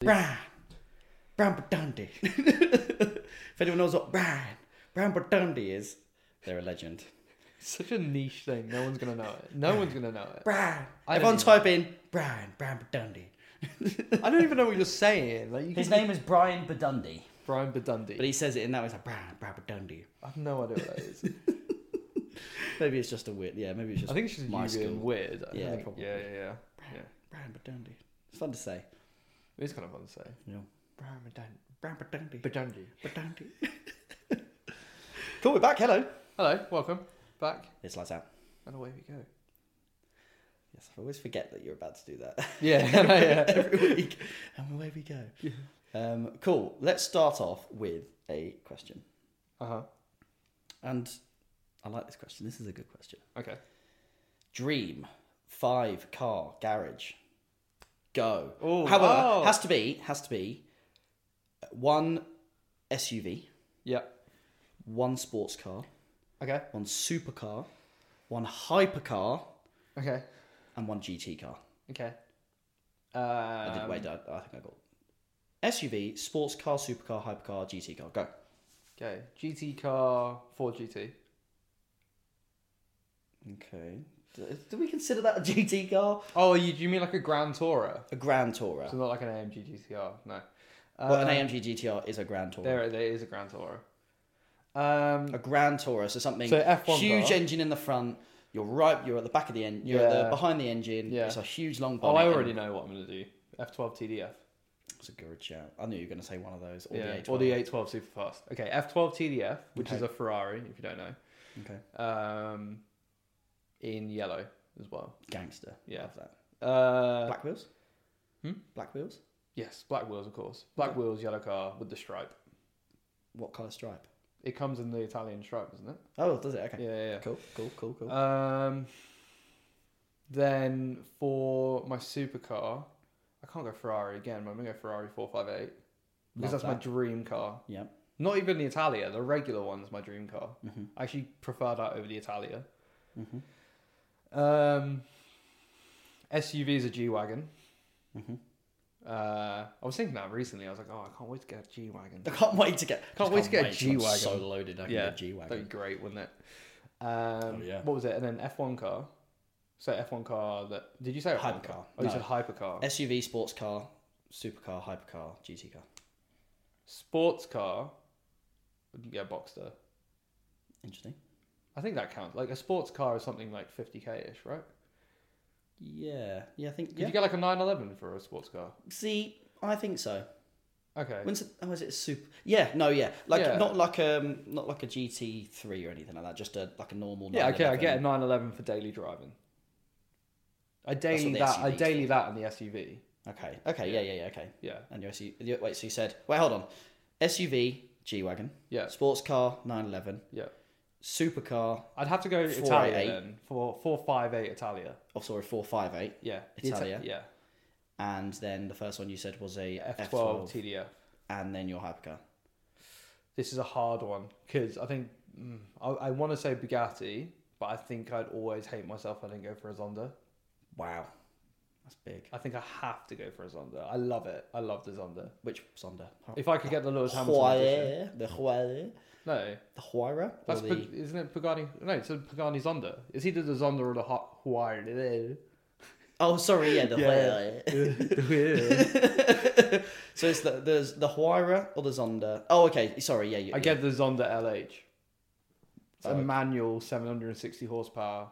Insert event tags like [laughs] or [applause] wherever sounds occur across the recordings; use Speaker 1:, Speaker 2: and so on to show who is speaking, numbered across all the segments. Speaker 1: Brian. Brian Bertundi. [laughs] if anyone knows what Brian, Brian Bertundi is, they're a legend.
Speaker 2: Such a niche thing. No one's gonna know it. No one's gonna know it.
Speaker 1: Brian.
Speaker 2: I
Speaker 1: Everyone
Speaker 2: don't even-
Speaker 1: type in Brian, Brian Bertundi.
Speaker 2: I don't even know what you're saying. Like you
Speaker 1: His
Speaker 2: can-
Speaker 1: name is Brian Bertundi.
Speaker 2: Brian Bedundi.
Speaker 1: But he says it in that way, it's like Brian, Brian Bertundi.
Speaker 2: I have no idea what
Speaker 1: [laughs]
Speaker 2: that is.
Speaker 1: Maybe it's just a weird, yeah, maybe it's just
Speaker 2: I think it's just
Speaker 1: my
Speaker 2: you
Speaker 1: school.
Speaker 2: being weird. I
Speaker 1: Yeah,
Speaker 2: think-
Speaker 1: probably.
Speaker 2: yeah, yeah, yeah. yeah.
Speaker 1: Brian Bertundi. It's fun to say.
Speaker 2: It's kind of fun to say.
Speaker 1: You know,
Speaker 2: Brian Bedundi.
Speaker 1: Brian Bertundi.
Speaker 2: Bedundi.
Speaker 1: Bertundi.
Speaker 2: [laughs]
Speaker 1: cool, we're back. Hello.
Speaker 2: Hello, welcome back,
Speaker 1: It's lights out.
Speaker 2: and away we go.
Speaker 1: Yes, I always forget that you're about to do that.
Speaker 2: Yeah,
Speaker 1: [laughs]
Speaker 2: [laughs] yeah.
Speaker 1: Every week. And away we go. Um, cool. Let's start off with a question.
Speaker 2: Uh huh.
Speaker 1: And I like this question. This is a good question.
Speaker 2: Okay.
Speaker 1: Dream, five car garage, go.
Speaker 2: Oh,
Speaker 1: However,
Speaker 2: wow.
Speaker 1: has to be has to be one SUV,
Speaker 2: Yeah.
Speaker 1: one sports car,
Speaker 2: Okay.
Speaker 1: one supercar, one hypercar,
Speaker 2: Okay.
Speaker 1: and one GT car.
Speaker 2: Okay.
Speaker 1: I did
Speaker 2: Um,
Speaker 1: wait. I, I think I got SUV, sports car, supercar, hypercar, GT car. Go.
Speaker 2: Okay. GT car, Ford GT.
Speaker 1: Okay. Do, do we consider that a GT car?
Speaker 2: Oh, you, you mean like a Grand Tourer?
Speaker 1: A Grand Tourer.
Speaker 2: So not like an AMG GTR, no. Uh,
Speaker 1: well, an AMG GTR is a Grand Tourer.
Speaker 2: There, there is a Grand Tourer. Um,
Speaker 1: a Grand Tourer, so something
Speaker 2: So F1
Speaker 1: huge
Speaker 2: car.
Speaker 1: engine in the front. You're right. You're at the back of the engine. You're at
Speaker 2: Yeah.
Speaker 1: the, behind the engine.
Speaker 2: Yeah.
Speaker 1: It's a huge long.
Speaker 2: oh,
Speaker 1: Bonnet
Speaker 2: I already know what I'm going to do. F12 TDF.
Speaker 1: It's a good shout. I knew you were going to say one of those. Or
Speaker 2: yeah,
Speaker 1: the
Speaker 2: or the
Speaker 1: A12.
Speaker 2: 812 super fast. Okay, F12 TDF, which is
Speaker 1: Okay.
Speaker 2: a Ferrari, if you don't know,
Speaker 1: Okay.
Speaker 2: um, in yellow as well.
Speaker 1: Gangster.
Speaker 2: Yeah.
Speaker 1: Love that.
Speaker 2: Uh,
Speaker 1: Black wheels.
Speaker 2: Hmm?
Speaker 1: Black wheels.
Speaker 2: Yes, black wheels, of course. Black wheels, yellow car with the stripe.
Speaker 1: What color stripe?
Speaker 2: It comes in the Italian stripe, doesn't it?
Speaker 1: Oh, does it? Okay.
Speaker 2: Yeah, yeah. yeah.
Speaker 1: Cool. Cool. Cool. Cool.
Speaker 2: Um, then for my supercar, I can't go Ferrari again. but I'm gonna go Ferrari 458 because
Speaker 1: Love
Speaker 2: that's my
Speaker 1: that.
Speaker 2: dream car.
Speaker 1: yeah.
Speaker 2: Not even the Italia, the regular one's my dream car.
Speaker 1: Mhm.
Speaker 2: I actually prefer that over the Italia.
Speaker 1: Mhm.
Speaker 2: Um, SUV is a G wagon.
Speaker 1: Mhm.
Speaker 2: Uh, I was thinking that recently. I was like, oh, I can't wait to get a G wagon.
Speaker 1: I can't wait to get.
Speaker 2: Can't wait to get a
Speaker 1: till I'm
Speaker 2: G-Wagon.
Speaker 1: So loaded, I can
Speaker 2: Yeah.
Speaker 1: get a G
Speaker 2: That'd be
Speaker 1: wagon.
Speaker 2: great, wouldn't it? Um,
Speaker 1: Oh, yeah.
Speaker 2: What was it? And then F1 car. So F1 car that did you say F1 Car?
Speaker 1: Hypercar.
Speaker 2: Oh, you
Speaker 1: No.
Speaker 2: said hypercar.
Speaker 1: SUV, sports car, supercar, hypercar, GT car.
Speaker 2: Sports car. Yeah, Boxster.
Speaker 1: Interesting.
Speaker 2: I think that counts. Like a sports car is something like 50k ish, right?
Speaker 1: Yeah. Yeah, I think.
Speaker 2: Did
Speaker 1: Yeah.
Speaker 2: you get like a 911 for a sports car?
Speaker 1: See, I think so.
Speaker 2: Okay.
Speaker 1: When's it, oh, is it a super? Yeah, no, yeah, like
Speaker 2: Yeah.
Speaker 1: not like um, not like a GT three or anything like that. Just a like a normal.
Speaker 2: yeah, okay. I
Speaker 1: 911.
Speaker 2: get a 911 for daily driving. I daily
Speaker 1: the
Speaker 2: that. I
Speaker 1: SUV 's
Speaker 2: daily that in the SUV.
Speaker 1: Okay, okay, yeah, yeah, yeah, okay.
Speaker 2: Yeah,
Speaker 1: And your SUV. you- Wait, so you said wait, hold on, SUV, G wagon,
Speaker 2: yeah,
Speaker 1: sports car, nine eleven,
Speaker 2: yeah.
Speaker 1: supercar.
Speaker 2: I'd have to go
Speaker 1: 488.
Speaker 2: Italia then. Four four five eight Italia.
Speaker 1: Oh, sorry, four five eight,
Speaker 2: Yeah, the Ita-
Speaker 1: Italia.
Speaker 2: yeah.
Speaker 1: and then the first one you said was a F
Speaker 2: F12
Speaker 1: twelve,
Speaker 2: TDF.
Speaker 1: and then your hypercar.
Speaker 2: This is a hard one because I think mm, I, I want to say Bugatti, but I think I'd always hate myself if I didn't go for a Zonda.
Speaker 1: Wow, that's big.
Speaker 2: I think I have to go for a Zonda. I love it. I love the Zonda.
Speaker 1: Which Zonda?
Speaker 2: If I could get the Lewis Hamilton edition,
Speaker 1: Huayra, the Huayra,
Speaker 2: no,
Speaker 1: the Huayra, or
Speaker 2: that's
Speaker 1: the
Speaker 2: Pag- isn't it Pagani? No, it's a Pagani Zonda. It's either the Zonda or the Hot
Speaker 1: [laughs]
Speaker 2: Hawaii.
Speaker 1: oh, sorry, yeah, the
Speaker 2: Yeah.
Speaker 1: Huayra. so it's the there's the Huayra or the Zonda. Oh, okay. Sorry, yeah. You,
Speaker 2: I
Speaker 1: yeah.
Speaker 2: get the Zonda LH. It's a
Speaker 1: Oh.
Speaker 2: manual, 760 horsepower,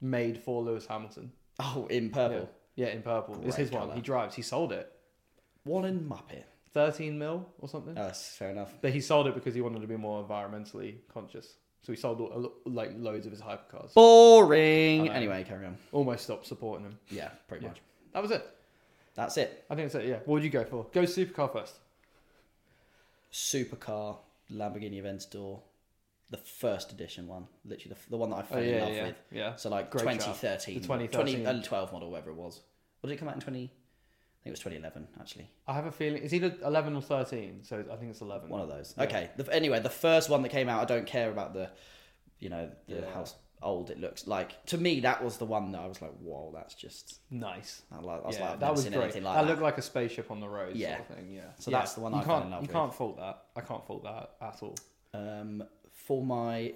Speaker 2: made for Lewis Hamilton.
Speaker 1: Oh, in purple.
Speaker 2: Yeah, in purple.
Speaker 1: Great
Speaker 2: it's his one.
Speaker 1: colour.
Speaker 2: He drives. He sold it.
Speaker 1: One in Muppet.
Speaker 2: 13 mil or something.
Speaker 1: Oh, that's fair enough.
Speaker 2: But he sold it because he wanted to be more environmentally conscious. So he sold all- all- like loads of his hypercars.
Speaker 1: Boring.
Speaker 2: I know.
Speaker 1: Anyway, carry on.
Speaker 2: Almost stopped supporting him.
Speaker 1: Yeah, pretty
Speaker 2: Yeah.
Speaker 1: much.
Speaker 2: That was it.
Speaker 1: That's it.
Speaker 2: I think that's it. Yeah. What would you go for? Go supercar first.
Speaker 1: Supercar Lamborghini Aventador, the first edition one, literally the, the one that I fell
Speaker 2: Oh
Speaker 1: in
Speaker 2: yeah,
Speaker 1: love
Speaker 2: yeah,
Speaker 1: with.
Speaker 2: yeah.
Speaker 1: So like
Speaker 2: Great
Speaker 1: twenty
Speaker 2: car.
Speaker 1: thirteen,
Speaker 2: The
Speaker 1: twenty
Speaker 2: 2013.
Speaker 1: and twelve model, whatever it was. What did it come out in twenty? I think it was twenty eleven actually.
Speaker 2: I have a feeling it's either eleven or thirteen. So I think it's eleven.
Speaker 1: One of those.
Speaker 2: Yeah.
Speaker 1: Okay. The, anyway, the first one that came out, I don't care about the, you know, the
Speaker 2: Yeah.
Speaker 1: house old it looks. Like to me, that was the one that I was like, "Whoa, that's just."
Speaker 2: Nice.
Speaker 1: I like. I was
Speaker 2: Yeah,
Speaker 1: like, I've
Speaker 2: that
Speaker 1: never
Speaker 2: was
Speaker 1: seen
Speaker 2: great.
Speaker 1: anything like
Speaker 2: that,
Speaker 1: that.
Speaker 2: looked like a spaceship on the road.
Speaker 1: Yeah.
Speaker 2: Sort of thing. Yeah.
Speaker 1: So
Speaker 2: Yeah.
Speaker 1: that's the one
Speaker 2: you
Speaker 1: I fell
Speaker 2: can't.
Speaker 1: in love
Speaker 2: you
Speaker 1: with.
Speaker 2: can't fault that. I can't fault that at all.
Speaker 1: Um, for my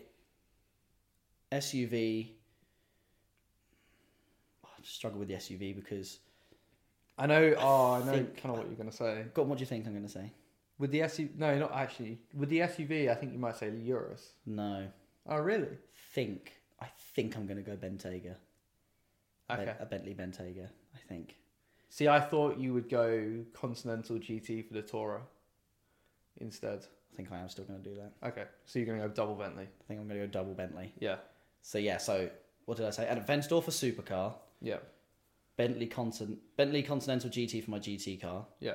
Speaker 1: SUV, I struggle with the SUV because.
Speaker 2: I know. Oh, I know.
Speaker 1: think-
Speaker 2: Kind of what you're gonna say
Speaker 1: God, what do you think I'm going to say?
Speaker 2: with the SUV. No, not actually. With the SUV, I think you might say Urus.
Speaker 1: No,
Speaker 2: Oh, really?
Speaker 1: think I think I'm going to go Bentayga. A Ben-
Speaker 2: Okay.
Speaker 1: a Bentley Bentayga. I think.
Speaker 2: See, I thought you would go Continental GT for the Toro instead.
Speaker 1: I think I am still going to do that.
Speaker 2: Okay, so you're gonna go double Bentley.
Speaker 1: I think I'm going to go double Bentley.
Speaker 2: Yeah.
Speaker 1: So yeah. So what did I say? An Aventador for supercar.
Speaker 2: Yeah.
Speaker 1: Bentley Continent Bentley Continental GT for my GT car.
Speaker 2: Yeah.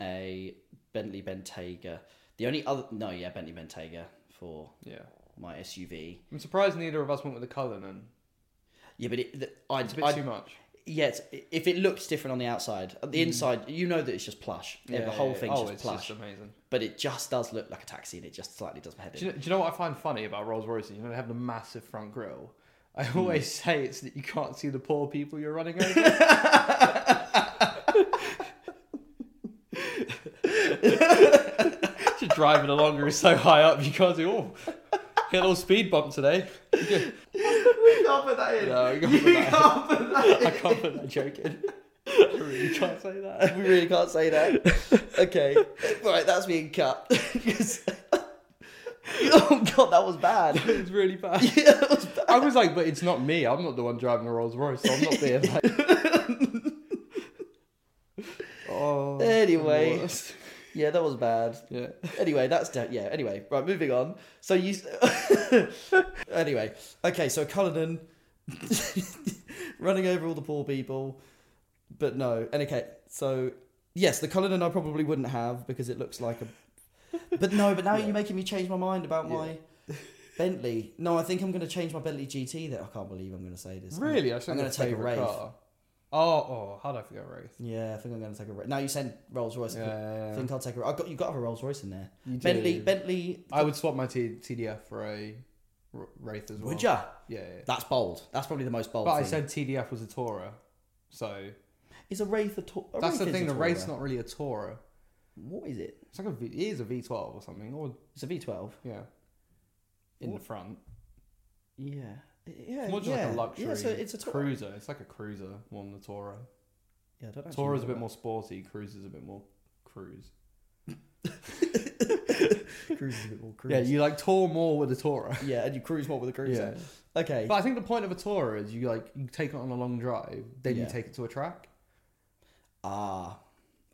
Speaker 1: A Bentley Bentayga. The only other no, yeah, Bentley Bentayga for
Speaker 2: Yeah.
Speaker 1: my SUV.
Speaker 2: I'm surprised neither of us went with the Cullinan.
Speaker 1: Yeah, but it, the, I'd,
Speaker 2: It's a bit
Speaker 1: I'd
Speaker 2: too much.
Speaker 1: yeah, it's, if it looks different on the outside, the inside, you know that it's just plush. Yeah, the whole thing's
Speaker 2: Mm. Oh,
Speaker 1: just
Speaker 2: it's
Speaker 1: plush.
Speaker 2: just amazing.
Speaker 1: But it just does look like a taxi, and it just slightly does my head
Speaker 2: Do
Speaker 1: in.
Speaker 2: you, know, do you know what I find funny about Rolls Royces? You know, they have the massive front grille. I always say it's that you can't see the poor people you're running [laughs] over. Just driving along, you're so high up, you can't see. Oh, hit a little speed bump today. [laughs]
Speaker 1: we can't put that in.
Speaker 2: No, you can't put that in.
Speaker 1: can't put that
Speaker 2: I can't
Speaker 1: [laughs]
Speaker 2: put that joke in. I really can't say that. [laughs]
Speaker 1: we really can't say that. Okay, right, that's being cut. [laughs] 'Cause- oh god, that was bad. [laughs]
Speaker 2: It's really bad.
Speaker 1: Yeah, that was bad.
Speaker 2: I was like, but it's not me. I'm not the one driving the Rolls Royce, so I'm not being
Speaker 1: [laughs]
Speaker 2: like. oh.
Speaker 1: Anyway.
Speaker 2: Lord.
Speaker 1: Yeah, that was bad.
Speaker 2: Yeah.
Speaker 1: Anyway, that's de- yeah. Anyway, right, moving on. So you. [laughs] anyway, okay. So Cullinan [laughs] running over all the poor people, but no. And okay, so yes, the Cullinan I probably wouldn't have because it looks like a. But no, but now
Speaker 2: [laughs] Yeah.
Speaker 1: you're making me change my mind about
Speaker 2: Yeah.
Speaker 1: my Bentley. No, I think I'm going to change my Bentley GT. That I can't believe I'm going to say this.
Speaker 2: Really? I should
Speaker 1: I'm
Speaker 2: going
Speaker 1: gonna
Speaker 2: to
Speaker 1: take a Wraith.
Speaker 2: Car. Oh, oh, how did I forget Wraith?
Speaker 1: Yeah, I think I'm going to take a. Now you send Rolls Royce.
Speaker 2: Yeah, yeah,
Speaker 1: I
Speaker 2: yeah.
Speaker 1: think I'll take a. I got you got to have a Rolls Royce in there.
Speaker 2: You
Speaker 1: Bentley,
Speaker 2: did.
Speaker 1: Bentley.
Speaker 2: I would swap my T- TDF for a R- Wraith as well.
Speaker 1: Would ya?
Speaker 2: Yeah, yeah.
Speaker 1: That's bold. That's probably the most bold.
Speaker 2: But
Speaker 1: thing.
Speaker 2: I said TDF was a Toro, so
Speaker 1: It's a wraith a to- a
Speaker 2: that's
Speaker 1: wraith
Speaker 2: the
Speaker 1: is
Speaker 2: thing.
Speaker 1: a
Speaker 2: The
Speaker 1: Toro.
Speaker 2: Wraith's not really a Toro.
Speaker 1: What is it?
Speaker 2: It's like a V. It is a V12 or something, or
Speaker 1: It's a V12.
Speaker 2: yeah, in
Speaker 1: What?
Speaker 2: the front.
Speaker 1: Yeah. Yeah.
Speaker 2: More just
Speaker 1: yeah.
Speaker 2: like a luxury
Speaker 1: Yeah, so it's a Toro.
Speaker 2: cruiser. It's like a cruiser more than the Toro.
Speaker 1: Yeah, I don't actually
Speaker 2: Toro's a
Speaker 1: know
Speaker 2: bit
Speaker 1: about-
Speaker 2: more sporty. Cruiser's a bit more cruise.
Speaker 1: [laughs] Cruise is a bit more cruise.
Speaker 2: Yeah, you like tour more with a [laughs] Toro.
Speaker 1: Yeah, and you cruise more with a cruiser. Okay.
Speaker 2: But I think the point of a Toro is you like you take it on a long drive, then
Speaker 1: Yeah.
Speaker 2: you take it to a track.
Speaker 1: Ah.